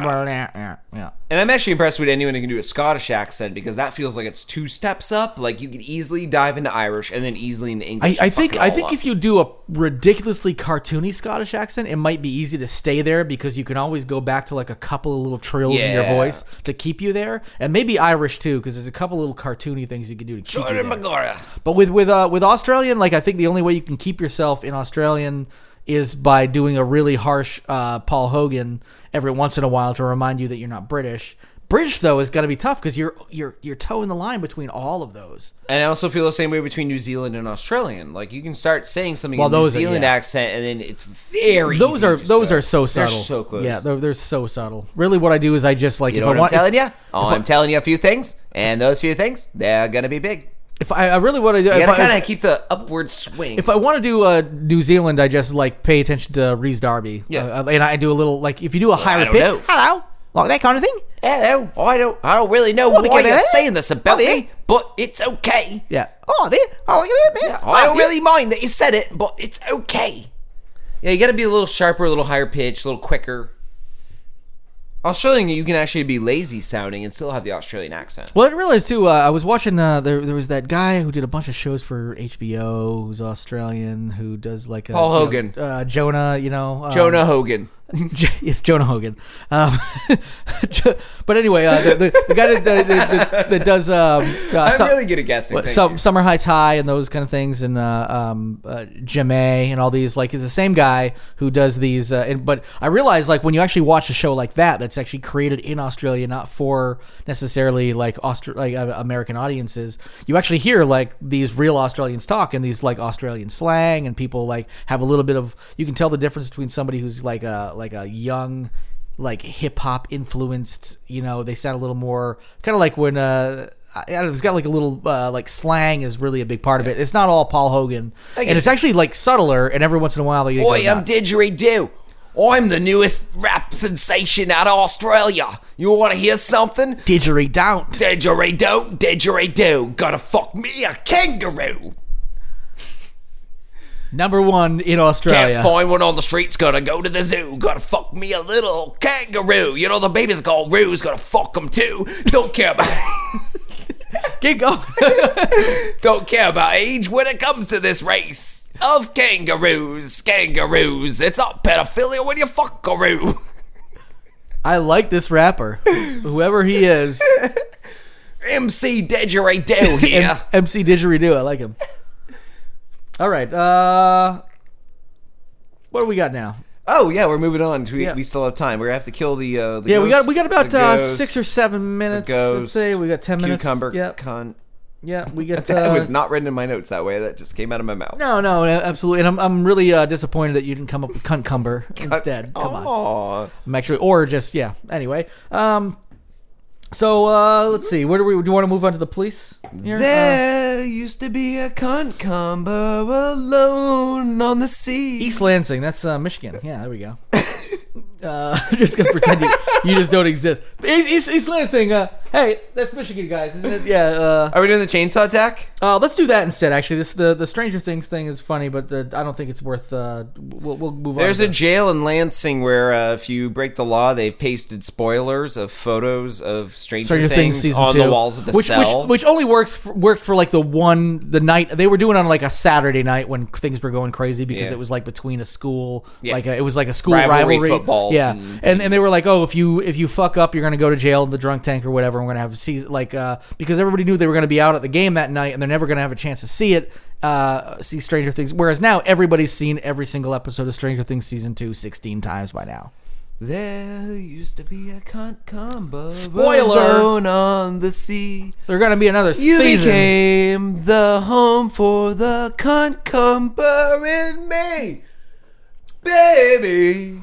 C: yeah, yeah.
B: And I'm actually impressed with anyone who can do a Scottish accent because that feels like it's two steps up. Like you could easily dive into Irish and then easily into
C: I,
B: English.
C: I
B: and
C: think
B: fuck it
C: I
B: all
C: think
B: up.
C: if you do a ridiculously cartoony Scottish accent, it might be easy to stay there because you can always go back to like a couple of little trills in your
B: Yeah.
C: voice to keep you there, and maybe Irish too because there's a couple little cartoony things you can do to keep you
B: Jordan
C: there.
B: Magora.
C: But with with uh, with Australian, like I think the only way you can keep yourself in Australian is by doing a really harsh uh, Paul Hogan every once in a while to remind you that you're not British. British though is gonna be tough because you're you're you're toeing the line between all of those.
B: And I also feel the same way between New Zealand and Australian. Like you can start saying something
C: Well,
B: in New
C: those are-
B: Zealand
C: yeah.
B: accent, and then it's very.
C: those
B: easy
C: are
B: just
C: those
B: to-
C: are so
B: they're
C: subtle.
B: so close.
C: Yeah, they're, they're so subtle. Really, what I do is I just like
B: you
C: if
B: know
C: I
B: what
C: want
B: I'm telling you? Oh, I'm telling you a few things, and those few things they're gonna be big.
C: if I, I really what I do
B: You
C: if
B: gotta
C: I,
B: kind of keep the upward swing.
C: if I want to do uh, New Zealand, I just like pay attention to Reese Darby.
B: Yeah.
C: Uh, and I do a little like if you do a higher
B: don't
C: pitch,
B: know.
C: hello, like that kind of thing.
B: Hello, I don't, I don't really know
C: they
B: why
C: get
B: you're
C: it.
B: saying this about
C: Oh, they-
B: me, but it's okay.
C: Yeah. Oh, there. Oh, look at that man.
B: I don't
C: yeah.
B: really mind that you said it, but it's okay. Yeah, you got to be a little sharper, a little higher pitched, a little quicker. Australian, you can actually be lazy sounding and still have the Australian accent.
C: Well, I didn't realize too. Uh, I was watching. Uh, there, there was that guy who did a bunch of shows for HBO, who's Australian, who does like a,
B: Paul
C: you know,
B: Hogan.
C: uh, Jonah. You know, um, [laughs]
B: Jonah Hogan.
C: it's Jonah Hogan. Um, [laughs] Jo- but anyway, uh, the, the, the guy that, that, that, that does um, uh,
B: I'm
C: some-
B: really good at guessing.
C: what-
B: thank
C: some-
B: you.
C: summer high tie and those kind of things, and uh, um, uh, Jemay and all these. Like, it's the same guy who does these. Uh, and, but I realize, like, when you actually watch a show like that, that's actually created in Australia, not for necessarily like Austra- like uh, American audiences. You actually hear like these real Australians talk and these like Australian slang, and people like have a little bit of. You can tell the difference between somebody who's like a like a young like hip hop influenced. You know, they sound a little more kind of like when uh, I I don't know, it's got like a little uh, like slang is really a big part of it. It's not all Paul Hogan,
B: get
C: and it's
B: it.
C: actually like subtler. And every once in a while, they go
B: Oi, I'm
C: nuts.
B: Didgeridoo. I'm the newest rap sensation out of Australia. You want to hear something?
C: didgeridoo. Don't.
B: Didgeridoo, didgeridoo. Gotta fuck me a kangaroo.
C: Number one in
B: Can't
C: Australia.
B: find one on the streets, gotta go to the zoo. Gotta fuck me a little kangaroo. You know, the baby's called Roo's, gotta fuck him too. Don't care about. [laughs]
C: Get going. [laughs]
B: Don't care about age when it comes to this race of kangaroos. Kangaroos. It's not pedophilia when you fuck [laughs] fuckaroo.
C: I like this rapper, whoever
B: [laughs]
C: he is.
B: MC [laughs] Didgeridoo here.
C: MC Didgeridoo. I like him. All right. Uh, what do we got now?
B: oh yeah, we're moving on. We,
C: Yeah. we
B: still have time. We're gonna have to kill the. Uh, the
C: Yeah, we got we got about uh, six or uh, seven minutes. Let's
B: ghost,
C: say we got ten minutes.
B: cucumber
C: Yep.
B: cunt. [laughs]
C: Yeah, we get.
B: That
C: uh,
B: was not written in my notes that way. That just came out of my mouth.
C: no, no, no, absolutely. And I'm, I'm really uh, disappointed that you didn't come up
B: [laughs]
C: with cuntcumber instead. Come on.
B: Oh. Aw.
C: I'm actually, or just yeah. Anyway, um, so uh, let's see. Where do we do? You want to move on to the police? here? Uh,
B: There used to be a cuncumber alone on the sea.
C: East Lansing. That's uh, Michigan. Yeah, there we go. [laughs] Uh, [laughs] I'm just gonna pretend you, you just don't exist. East, East, East Lansing. Uh, hey, that's Michigan, guys, isn't it? Yeah. Uh,
B: Are we doing the chainsaw attack?
C: uh, let's do that instead. Actually, this the the Stranger Things thing is funny, but uh, I don't think it's worth. Uh, we'll, we'll move
B: There's a
C: on. to-
B: jail in Lansing where uh, if you break the law, they've pasted spoilers of photos of Stranger,
C: Stranger Things,
B: Things,
C: season
B: on
C: two,
B: the walls of the
C: which,
B: cell.
C: which which only works for, worked for like the one the night they were doing it on like a Saturday night when things were going crazy because
B: Yeah.
C: it was like between a school
B: Yeah.
C: like a, it was like a school rivalry,
B: Rivalry football
C: yeah
B: and
C: and and they were like oh if you if you fuck up you're gonna go to jail in the drunk tank or whatever we're gonna have a season like uh because everybody knew they were gonna be out at the game that night and they're never gonna have a chance to see it uh see Stranger Things whereas now everybody's seen every single episode of Stranger Things season two 16 times by now.
B: there used to be a cuncumber
C: Spoiler!
B: alone on the sea.
C: They're gonna be another
B: You
C: season.
B: became the home for the cuncumber in me, baby.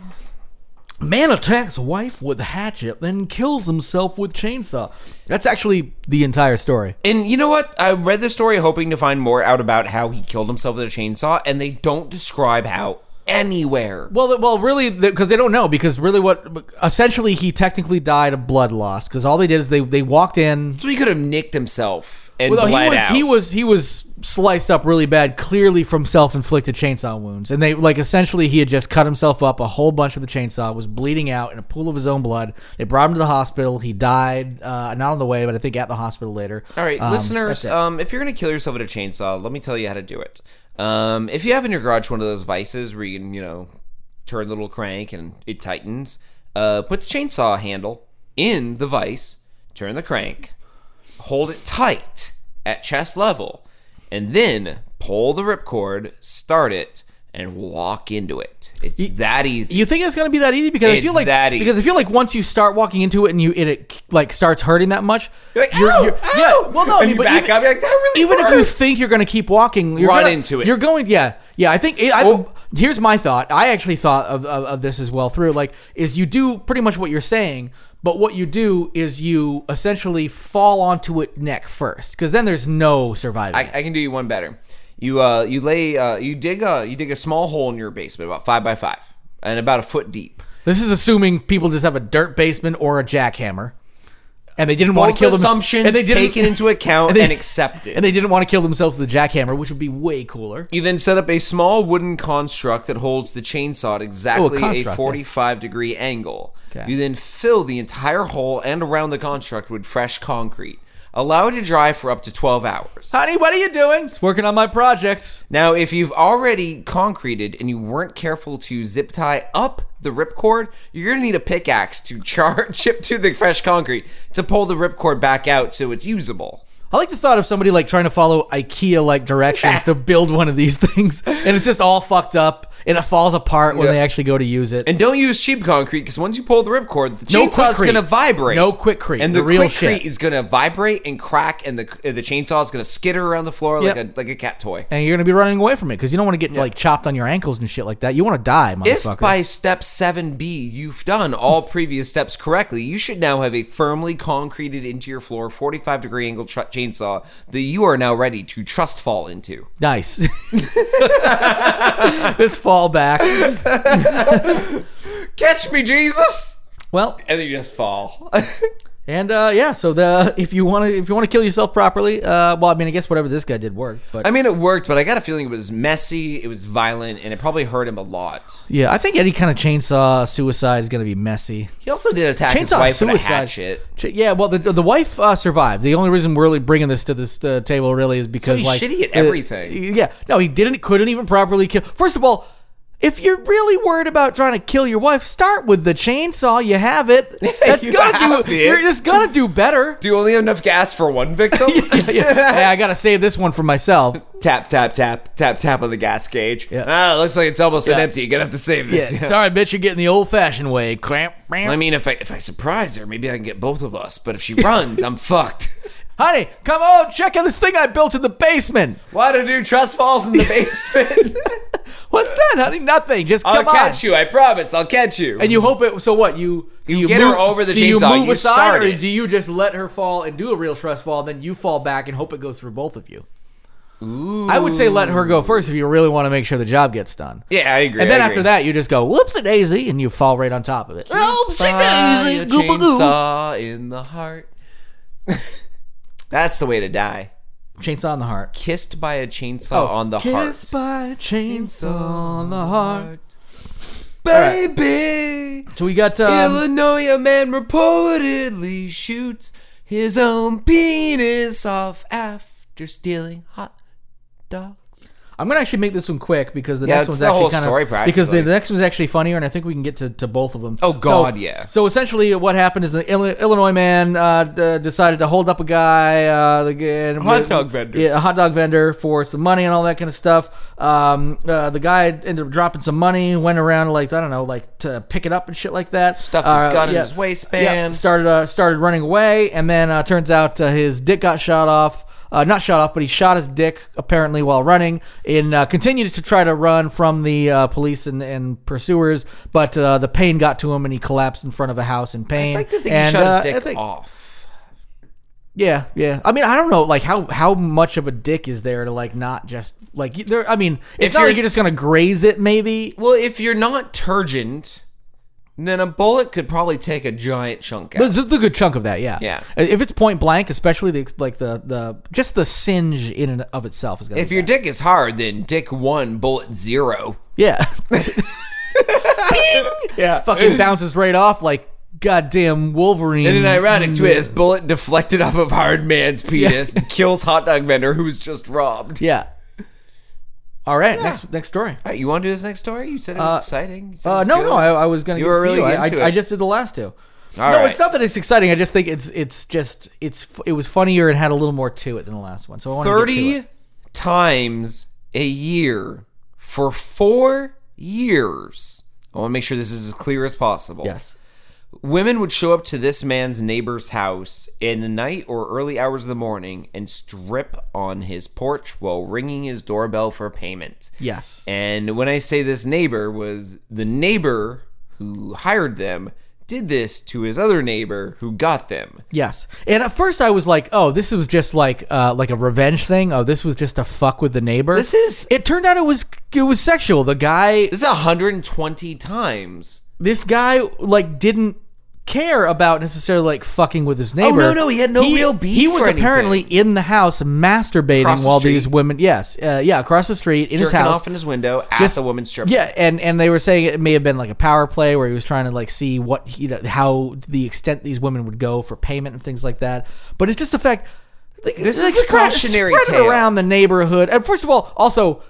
C: Man attacks wife with hatchet, then kills himself with chainsaw. That's actually the entire story.
B: And you know what? I read the story hoping to find more out about how he killed himself with a chainsaw, and they don't describe how anywhere.
C: Well, th- well, really, because they don't know. Because really, what essentially he technically died of blood loss. Because all they did is they they walked in.
B: So he could have nicked himself and
C: Well, no, he
B: bled
C: was
B: out.
C: he was he was sliced up really bad, clearly from self-inflicted chainsaw wounds. And they like essentially he had just cut himself up a whole bunch with the chainsaw, was bleeding out in a pool of his own blood. They brought him to the hospital. He died uh, not on the way, but I think at the hospital later.
B: All right,
C: Um,
B: listeners,
C: that's it.
B: um, if you're going to kill yourself with a chainsaw, let me tell you how to do it. Um, if you have in your garage one of those vices where you can, you know, turn the little crank and it tightens, uh, put the chainsaw handle in the vice, turn the crank, hold it tight at chest level, and then pull the ripcord, start it, and walk into it. It's that easy.
C: You think it's gonna be that easy? Because I
B: It's
C: feel like
B: that easy.
C: because I feel like once you start walking into it and you it, it like starts hurting that much,
B: You're like, "Ow, ow!"
C: yeah. Well, no, I
B: And
C: mean,
B: you
C: but
B: back
C: even,
B: up, you're like, "That really
C: even if you
B: hurts."
C: think you're gonna keep walking, you're
B: Run
C: gonna-
B: into it.
C: You're going, yeah, yeah. I think it, I,
B: Oh.
C: here's my thought. I actually thought of, of of this as well through. Like, is you do pretty much what you're saying. But what you do is you essentially fall onto it neck first, because then there's no surviving. it.
B: I, I can do you one better. You uh, you lay uh, you dig a you dig a small hole in your basement about five by five and about a foot deep.
C: This is assuming people just have a dirt basement or a jackhammer, and they didn't want
B: Both
C: to kill them.
B: assumptions
C: and they didn't-
B: taken into account
C: and
B: and,
C: they-
B: accepted.
C: and they didn't want to kill themselves with a jackhammer, which would be way cooler.
B: you then set up a small wooden construct that holds the chainsaw at exactly a,
C: Oh, construct, yes.
B: 45 degree angle.
C: Okay.
B: You then fill the entire hole and around the construct with fresh concrete. Allow it to dry for up to 12 hours.
C: Honey, what are you doing? Just working on my project.
B: Now, if you've already concreted and you weren't careful to zip tie up the ripcord, you're gonna need a pickaxe to char [laughs] chip to the fresh concrete to pull the ripcord back out so it's usable.
C: I like the thought of somebody like trying to follow IKEA like directions to build one of these [laughs] things, and it's just all fucked up, and it falls apart when
B: Yeah.
C: they actually go to use it.
B: And don't use cheap concrete because once you pull the ripcord, the
C: No
B: chainsaw's
C: quickcrete.
B: gonna vibrate.
C: No quickcrete,
B: And
C: the
B: the,
C: real
B: quickcrete
C: shit.
B: is gonna vibrate and crack, and the the chainsaw's gonna skitter around the floor like
C: Yep.
B: a like a cat toy.
C: And you're gonna be running away from it because you don't want to get like chopped on your ankles and shit like that. You want to die,
B: If
C: motherfucker.
B: by step 7B you've done [laughs] all previous steps correctly, you should now have a firmly concreted into your floor 45 degree angle ch- chainsaw that you are now ready to trust fall into.
C: Nice. [laughs] this fall back.
B: Catch me, Jesus!
C: Well,
B: And then you just fall.
C: And uh, yeah, so the [laughs] if you want to if you want to kill yourself properly, uh, well, I mean, I guess whatever this guy did worked. But
B: [laughs] I mean, it worked, but I got a feeling it was messy, it was violent, and it probably hurt him a lot.
C: yeah, I think any kind of chainsaw suicide is gonna be messy.
B: He also did attack his
C: Chainsaw
B: wife with a
C: suicide.
B: hatchet.
C: Ch- Yeah, well, the the wife uh, survived. The only reason we're really bringing this to this uh, table really is because
B: he's
C: like
B: shitty at
C: uh,
B: everything.
C: yeah, no, he didn't couldn't even properly kill. First of all. If you're really worried about trying to kill your wife, start with the chainsaw. You
B: [laughs]
C: have it. That's
B: You
C: gonna
B: have
C: do.
B: it.
C: You're, it's gonna do
B: [laughs]
C: better.
B: Do you only have enough gas for one [laughs] victim?
C: hey, I gotta save this one for myself.
B: Tap, tap, tap, tap, tap on the gas gauge.
C: Yeah.
B: Ah, looks like it's almost an
C: Yeah.
B: empty. You're going to have to save [laughs] this.
C: Yeah. Sorry, bitch, you're getting the old-fashioned way. Cramp.
B: I mean, if I if I surprise her, maybe I can get both of us. But if she runs, I'm fucked.
C: Honey, come on, check out this thing I built in the basement.
B: [laughs] Why do do trust falls in [laughs] the basement?
C: What's that, honey? Nothing. Just
B: I'll
C: come on.
B: catch you. I promise. I'll catch you.
C: And you hope it. So what? You do
B: You
C: you,
B: get her
C: move,
B: over the
C: do you
B: chainsaw,
C: move
B: you
C: aside,
B: start
C: or
B: it.
C: do you just let her fall and do a real trust fall, and then you fall back and hope it goes through both of you? I would say let her go first if you really want to make sure the job gets done.
B: yeah, I agree.
C: And then
B: I
C: after
B: agree.
C: that, you just go whoops a daisy, and you fall right on top of it. Oh,
B: By
C: daisy,
B: a
C: gooba goo.
B: chainsaw in the heart. [laughs] That's the way to die.
C: Chainsaw on the heart.
B: Kissed by a chainsaw on the heart.
C: Kissed by a chainsaw on the heart.
B: Baby,
C: So we got um,
B: Illinois a man reportedly shoots his own penis off after stealing hot dogs.
C: I'm gonna actually make this one quick because the
B: Yeah,
C: next
B: it's
C: one's
B: the
C: actually
B: whole
C: kind
B: story
C: of because the,
B: practically.
C: the next one's actually funnier, and I think we can get to, to both of them.
B: Oh,
C: So-
B: God, yeah.
C: So essentially, what happened is an Illi- Illinois man uh, d- decided to hold up a guy, uh, the, g- and
B: Hot dog vendor.
C: yeah, a hot dog vendor for some money and all that kind of stuff. Um, uh, the guy ended up dropping some money, went around like I don't know, like to pick it up and shit like that. Uh,
B: Stuffed his gun in his waistband.
C: yeah, started uh, started running away, and then uh, turns out uh, his dick got shot off. Uh, not shot off, but he shot his dick apparently while running, and uh, continued to try to run from the uh, police and, and pursuers. But uh, the pain got to him, and he collapsed in front of a house in pain.
B: I like to think
C: and,
B: he shut
C: uh, I
B: his dick
C: think-
B: off.
C: Yeah, yeah. I mean, I don't know, like how how much of a dick is there to like not just like you- there. I mean,
B: If
C: it's not
B: you're-
C: like you're just gonna graze it, maybe.
B: Well, if you're not turgent, then a bullet could probably take a giant chunk out.
C: But just a good chunk of that, yeah.
B: Yeah.
C: If it's point blank, especially the like the the just the singe in and of itself is gonna.
B: If
C: be
B: your
C: bad.
B: dick is hard, then dick one, bullet zero.
C: yeah,
B: Yeah.
C: fucking bounces right off like goddamn Wolverine.
B: In an
C: Mm.
B: ironic twist, bullet deflected off of hard man's
C: [laughs]
B: penis and kills hot dog vendor who was just robbed.
C: Yeah. All right, next next story.
B: All right, you want to do this next story? You said it was exciting. You said it
C: Uh,
B: was
C: no,
B: good.
C: no, I, I was gonna.
B: You
C: give
B: were
C: it to
B: really
C: you. I,
B: into
C: I, I
B: it.
C: just did the last two.
B: All
C: no,
B: right.
C: it's not that it's exciting. I just think it's it's just it's it was funnier and had a little more to it than the last one. So I want to
B: Thirty times a year for four years. I want to make sure this is as clear as possible.
C: yes.
B: Women would show up to this man's neighbor's house in the night or early hours of the morning and strip on his porch while ringing his doorbell for payment.
C: Yes.
B: And when I say this neighbor was the neighbor who hired them did this to his other neighbor who got them.
C: Yes. And at first I was like, oh, this was just like uh, like a revenge thing. Oh, this was just a fuck with the neighbor.
B: This is-
C: It turned out it was it was sexual. The guy
B: This is 120 times.
C: this guy like didn't care about necessarily like fucking with his neighbor.
B: Oh, no, no, he had no real beef
C: He was
B: for
C: apparently in the house masturbating
B: Across the
C: while these
B: street.
C: women. Yes, uh, yeah, across the street in his
B: Jerking
C: house.
B: off in his window at
C: Just-
B: the woman's strip.
C: yeah, and, and they were saying it may have been like a power play where he was trying to like see what he how the extent these women would go for payment and things like that. But it's just the fact like,
B: This
C: like,
B: is a
C: spread-
B: cautionary
C: spread it
B: tale.
C: around the neighborhood. And first of all, also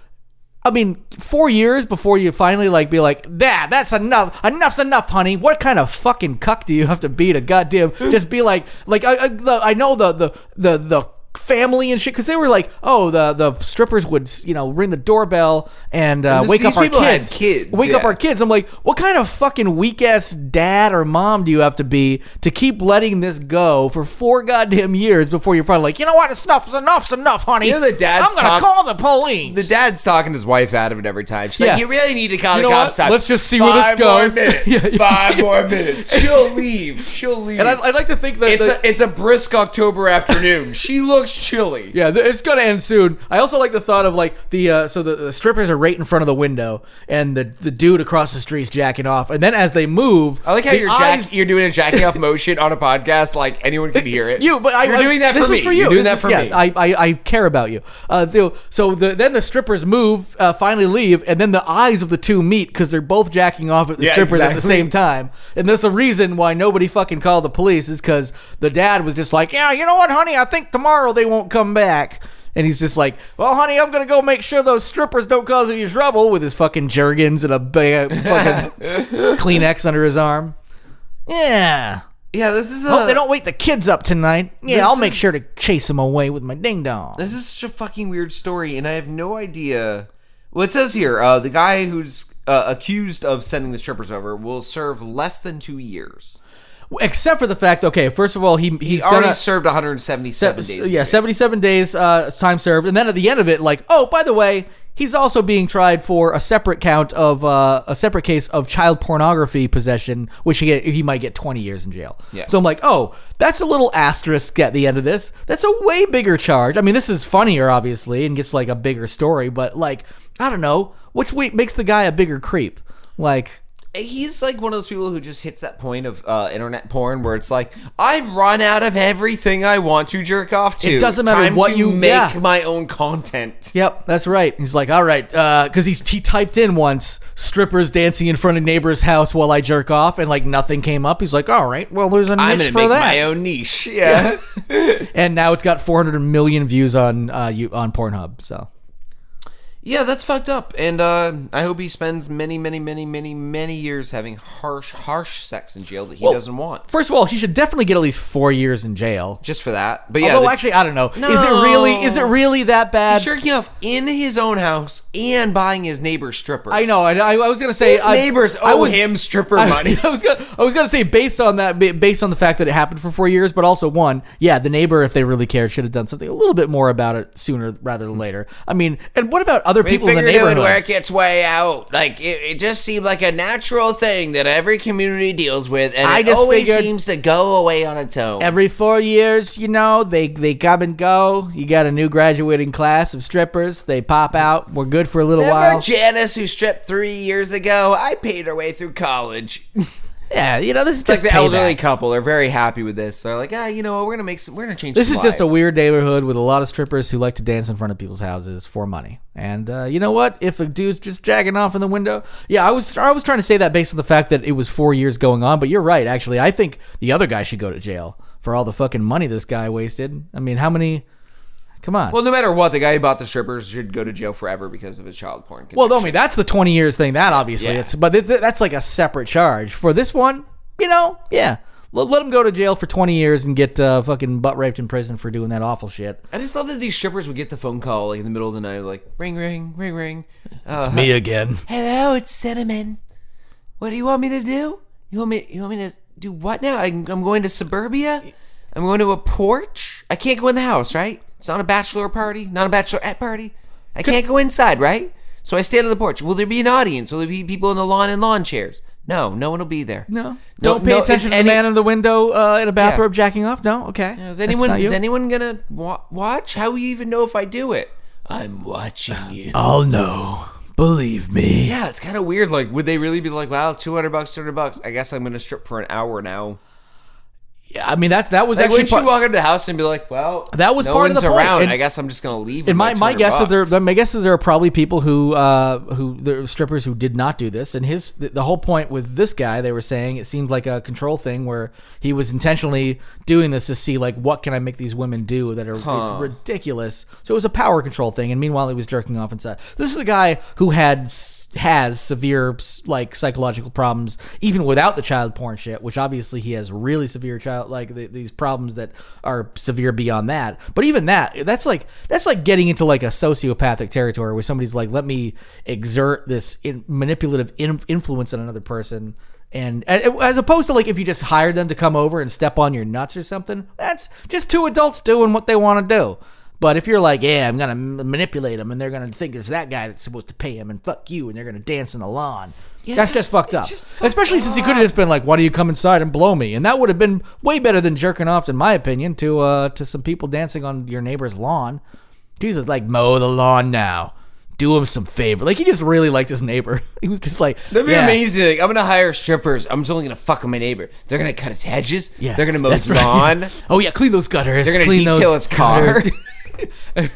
C: I mean, four years before you finally like be like, "Nah, that's enough. Enough's enough, honey." What kind of fucking cuck do you have to be to goddamn
B: [laughs]
C: just be like, like I, I, the, I know the the the the family and shit because they were like, oh, the the strippers would you know ring the doorbell and, uh,
B: this-
C: wake up
B: these
C: our
B: people had
C: kids,
B: kids,
C: wake up
B: yeah.
C: our kids. I'm like, what kind of fucking weak ass dad or mom do you have to be to keep letting this go for four goddamn years before you're finally like, you know what, it's enough, enough's enough, honey.
B: You know the dads
C: I'm gonna
B: talk-
C: call the police.
B: The dad's talking his wife out of it every time. She's
C: Yeah.
B: like, "You really need to call
C: You
B: the
C: know
B: cops."
C: what?
B: on-
C: Let's just see where this
B: Five more
C: goes." [laughs]
B: minutes.
C: Yeah, yeah,
B: Five more minutes. She'll leave. She'll leave.
C: And I'd, I'd like to think that
B: it's
C: the-
B: a it's a brisk October
C: [laughs]
B: afternoon. she looks chilly.
C: yeah, th- it's gonna end soon. I also like the thought of like the uh, so the, the strippers are right in front of the window, and the the dude across the street's jacking off, and then as they move,
B: I like how
C: the
B: you're
C: eyes-
B: jack, you're doing a jacking
C: [laughs]
B: off motion on a podcast, like anyone can hear it.
C: You, but I,
B: you're
C: I-
B: doing that
C: this
B: for me.
C: Is for you.
B: You're doing
C: This
B: that
C: is-
B: for
C: yeah,
B: me.
C: I, I, I care about you. Uh, so- so the, then the strippers move, uh, finally leave, and then the eyes of the two meet because they're both jacking off at the
B: Yeah,
C: strippers at the
B: exactly.
C: same time. And that's the reason why nobody fucking called the police is because the dad was just like, yeah, you know what, honey, I think tomorrow they won't come back. And he's just like, well, honey, I'm gonna go make sure those strippers don't cause any trouble with his fucking jergens and a big
B: [laughs]
C: fucking Kleenex under his arm. Yeah.
B: yeah, this is a,
C: Hope Oh, they don't wake the kids up tonight. Yeah,
B: This
C: I'll make
B: is-
C: sure to chase them away with my ding dong.
B: This is such a fucking weird story, and I have no idea. Well, it says here uh, the guy who's uh, accused of sending the strippers over will serve less than two years.
C: except for the fact. Okay, first of all, he he's
B: He already
C: gonna,
B: served 177
C: Se-
B: days.
C: Yeah, 77 days uh, time served. And then at the end of it, like, oh, by the way, he's also being tried for a separate count of uh, a separate case of child pornography possession, which he, he might get 20 years in jail.
B: Yeah.
C: So I'm like, oh, that's a little asterisk at the end of this. That's a way bigger charge. I mean, this is funnier, obviously, and gets like a bigger story, but like, I don't know. Which way makes the guy a bigger creep? Like,
B: He's like one of those people who just hits that point of uh, internet porn where it's like, I've run out of everything I want to jerk off to.
C: It doesn't matter
B: Time
C: what
B: to
C: you-
B: make
C: yeah.
B: my own content.
C: Yep, that's right. He's like, all right, because he's he typed in once strippers dancing in front of neighbor's house while I jerk off, and like nothing came up. He's like, all right, well, there's a niche
B: I'm gonna
C: for
B: make
C: that.
B: my own niche. Yeah.
C: [laughs] And now it's got 400 million views on uh, you on Pornhub. So
B: Yeah, that's fucked up. And uh, I hope he spends many, many, many, many, many years having harsh, harsh sex in jail that he doesn't want.
C: first of all, he should definitely get at least four years in jail.
B: just for that. But yeah,
C: Although
B: the-
C: actually, I don't know. Is it really is it
B: No.
C: really that bad?
B: he's jerking off in his own house and buying his neighbor's strippers.
C: I know. I, I, I was gonna say
B: His
C: I-
B: neighbors
C: I
B: owe
C: was-
B: him stripper
C: I- [laughs]
B: money.
C: I was gonna, I was gonna say based on that, ba- based on the fact that it happened for four years, but also one, yeah, the neighbor, if they really cared, should have done something a little bit more about it sooner rather than later. I mean, and what about other
B: They
C: people in the
B: figured it would
C: neighborhood?
B: work its way out. Like it, it just seemed like a natural thing that every community deals with, and
C: I
B: it
C: just
B: always
C: figured-
B: seems to go away on its own.
C: Every four years, you know, they they come and go. You got a new graduating class of strippers. They pop out. We're good for a little
B: Remember
C: while.
B: Janice who stripped three years ago? I paid her way through college.
C: yeah, you know, this is
B: like
C: just
B: the elderly
C: payback.
B: couple are very happy with this. They're like, ah, you know what? We're gonna make some. We're gonna change.
C: This is
B: some
C: just a
B: lives."
C: weird neighborhood with a lot of strippers who like to dance in front of people's houses for money. And uh, you know what? If a dude's just jacking off in the window, yeah, I was I was trying to say that based on the fact that it was four years going on. But you're right, actually. I think the other guy should go to jail for all the fucking money this guy wasted. I mean, how many? Come on.
B: Well, no matter what, the guy who bought the strippers should go to jail forever because of his child porn. Conviction.
C: Well, though, I mean, that's the 20 years thing. That obviously,
B: Yeah.
C: it's but th- th- that's like a separate charge for this one. You know, yeah. Let, let him go to jail for 20 years and get uh, fucking butt raped in prison for doing that awful shit.
B: I just love that these strippers would get the phone call like in the middle of the night, like ring, ring, ring, ring. Uh,
C: Me again.
B: Hello, it's Cinnamon. What do you want me to do? You want me? You want me to do what now? I'm, I'm going to suburbia. I'm going to a porch. I can't go in the house, right? It's not a bachelor party, not a bachelorette party. I can't go inside, right? So I stand on the porch. Will there be an audience? Will there be people in the lawn and lawn chairs? No, no one will be there.
C: No. Don't pay
B: no,
C: attention
B: is
C: to
B: any-
C: the man in the window uh, in a bathrobe jacking off. No. Okay.
B: Is
C: That's
B: anyone
C: not
B: is
C: you.
B: anyone gonna wa- watch? How will you even know if I do it? I'm
C: [sighs]
B: watching you.
C: I'll know. Believe me.
B: Yeah, it's kind of weird. Like, would they really be like, "Wow, two hundred bucks, two hundred bucks"? I guess I'm gonna strip for an hour now.
C: Yeah, I mean, that's that was
B: Like,
C: actually
B: wouldn't
C: part,
B: you walk into the house and be like, "Well,
C: That was
B: no
C: part of
B: one's
C: the point,
B: around.
C: and-
B: I guess I'm just gonna leave."
C: And my, my guess is there
B: bucks.
C: my guess is there are probably people who uh, who there are strippers who did not do this. And his the, the whole point with this guy they were saying it seemed like a control thing where he was intentionally doing this to see like what can I make these women do that are is ridiculous. So it was a power control thing. And meanwhile he was jerking off inside. This is a guy who had s- has severe s- like psychological problems even without the child porn shit, which obviously he has really severe child like th- these problems that are severe beyond that. But even that, that's like that's like getting into like a sociopathic territory where somebody's like, let me exert this in- manipulative in- influence on another person. And a- as opposed to like if you just hired them to come over and step on your nuts or something, that's just two adults doing what they want to do. But if you're like, yeah, I'm gonna m- manipulate them, and they're gonna think it's that guy that's supposed to pay him, and fuck you, and they're gonna dance in the lawn. that's
B: it's
C: just,
B: just-
C: fucked
B: it's
C: up.
B: just fucked
C: Especially since he could have just been like, "Why do you come inside and blow me?" And that would have been way better than jerking off, in my opinion, to uh, to some people dancing on your neighbor's lawn. Jesus, like mow the lawn now. Do him some favor. Like he just really liked his neighbor. [laughs] He was just like,
B: That'd be
C: yeah.
B: amazing. Like, I'm gonna hire strippers. I'm just only gonna fuck with my neighbor. They're gonna cut his hedges.
C: Yeah,
B: They're gonna mow
C: that's
B: his
C: right. [laughs]
B: lawn.
C: Oh yeah, clean those gutters.
B: They're gonna
C: clean
B: detail his
C: those
B: car.
C: gutters.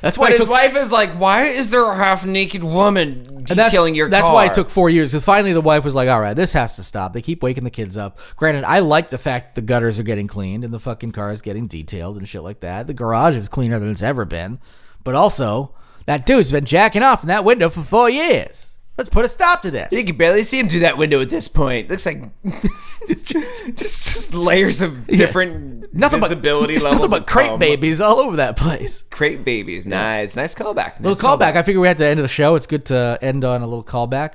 C: That's why
B: [laughs] But
C: I
B: his
C: took
B: wife is like, "Why is there a half naked woman detailing
C: And that's,
B: your
C: that's
B: car?"
C: why it took four years because finally the wife was like, "All right, this has to stop." They keep waking the kids up. Granted, I like the fact that the gutters are getting cleaned and the fucking car is getting detailed and shit like that. The garage is cleaner than it's ever been, but also that dude's been jacking off in that window for four years. Let's put a stop to this.
B: You can barely see him through that window at this point. Looks like [laughs] just, just layers of different
C: nothing but
B: visibility
C: it's
B: levels.
C: [laughs] nothing but
B: of
C: crate
B: cum.
C: babies all over that place.
B: Crate babies. Nice, nice callback. Nice
C: Little callback. I figure we have to end of the show. It's good to end on a little callback.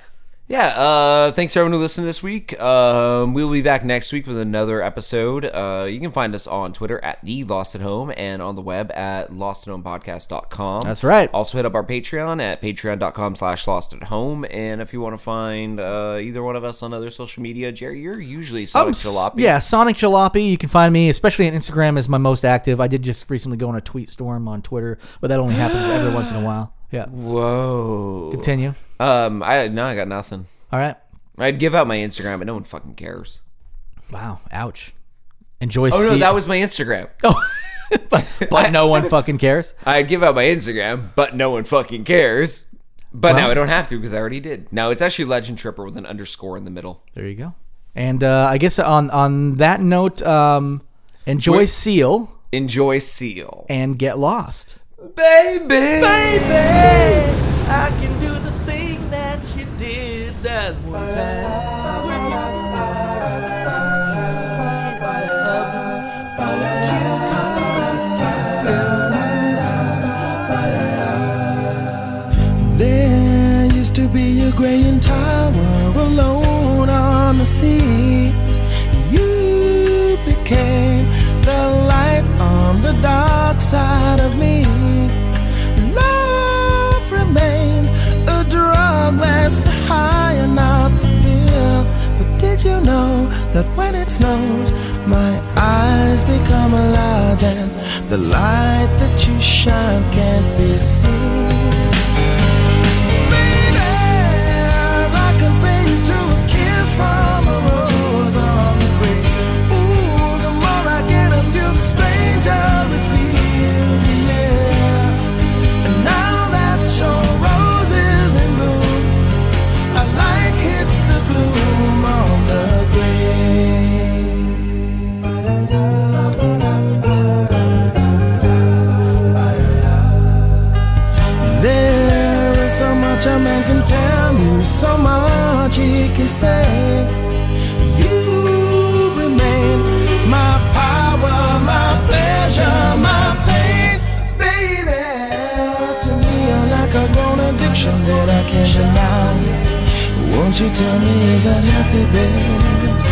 B: Yeah, uh, thanks to everyone who listened this week. Um, we'll be back next week with another episode. Uh, you can find us on Twitter at The Lost at Home and on the web at lostathomepodcast.com.
C: That's right.
B: Also hit up our Patreon at patreon.com slash lost at home. And if you want to find uh, either one of us on other social media, Jerry, you're usually Sonic
C: s-
B: Jalopy.
C: Yeah, Sonic Jalopy. You can find me, especially on Instagram, is my most active. I did just recently go on a tweet storm on Twitter, but that only happens every once in
B: [gasps]
C: a while. Yeah.
B: Whoa.
C: Continue.
B: Um, I no, I got nothing.
C: All right.
B: I'd give out my Instagram, but no one fucking cares.
C: Wow. Ouch. Enjoy.
B: Oh no, that was my Instagram.
C: [laughs] but, but no one fucking cares.
B: I'd give out my Instagram, but no one fucking cares. But now I don't have to because I already did. Now it's actually Legend Tripper with an underscore in the middle.
C: There you go. And uh, I guess on on that note, um, enjoy Seal
B: Enjoy Seal.
C: and get lost.
B: Baby! Baby!
C: I can do the thing that you did that one
A: There used to be a graying tower alone on the sea. You became the light on the dark side of me. Love remains a drug that's the high and not the pill. But did you know that when it snows, my eyes become alive and the light that you shine can't be seen? There is so much a man can tell you, so much he can say. You remain my power, my pleasure, my pain, baby. To me, you're like a grown addiction that I can't deny. Won't you tell me, is that healthy, baby?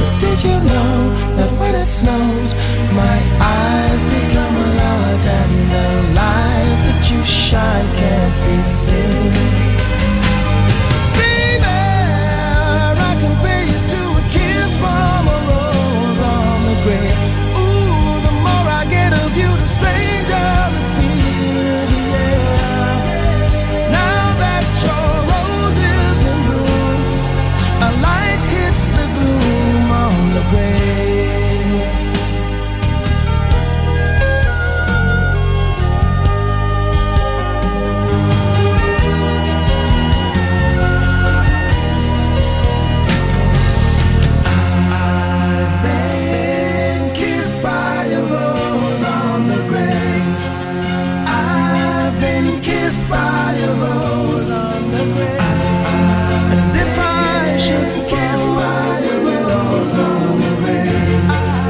A: But did you know that when it snows, my eyes become a lot and the light that you shine can't be seen? Baby, I can pay you to a kiss from a rose on the grave. Ooh, the more I get of you, the stranger it feels, yeah. Now that your rose is in bloom, a light hits the gloom on the grave. I've been kissed by a rose on the grave. I've been kissed by a rose on the grave. And if I should kiss by a rose on the grave,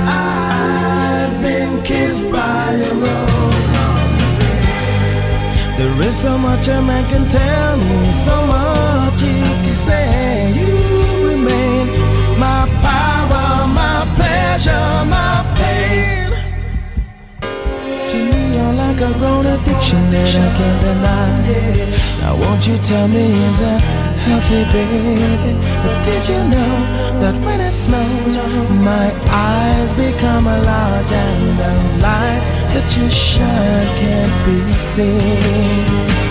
A: I've been kissed by a rose on the grave. There is so much a man can tell me, so much he can say. You remain my power, my pleasure, my pain. To me, you're like a grown addiction that I can't deny. Now, won't you tell me, is that healthy, baby? But did you know that when it snows, my eyes become a large and the light that you shine can't be seen?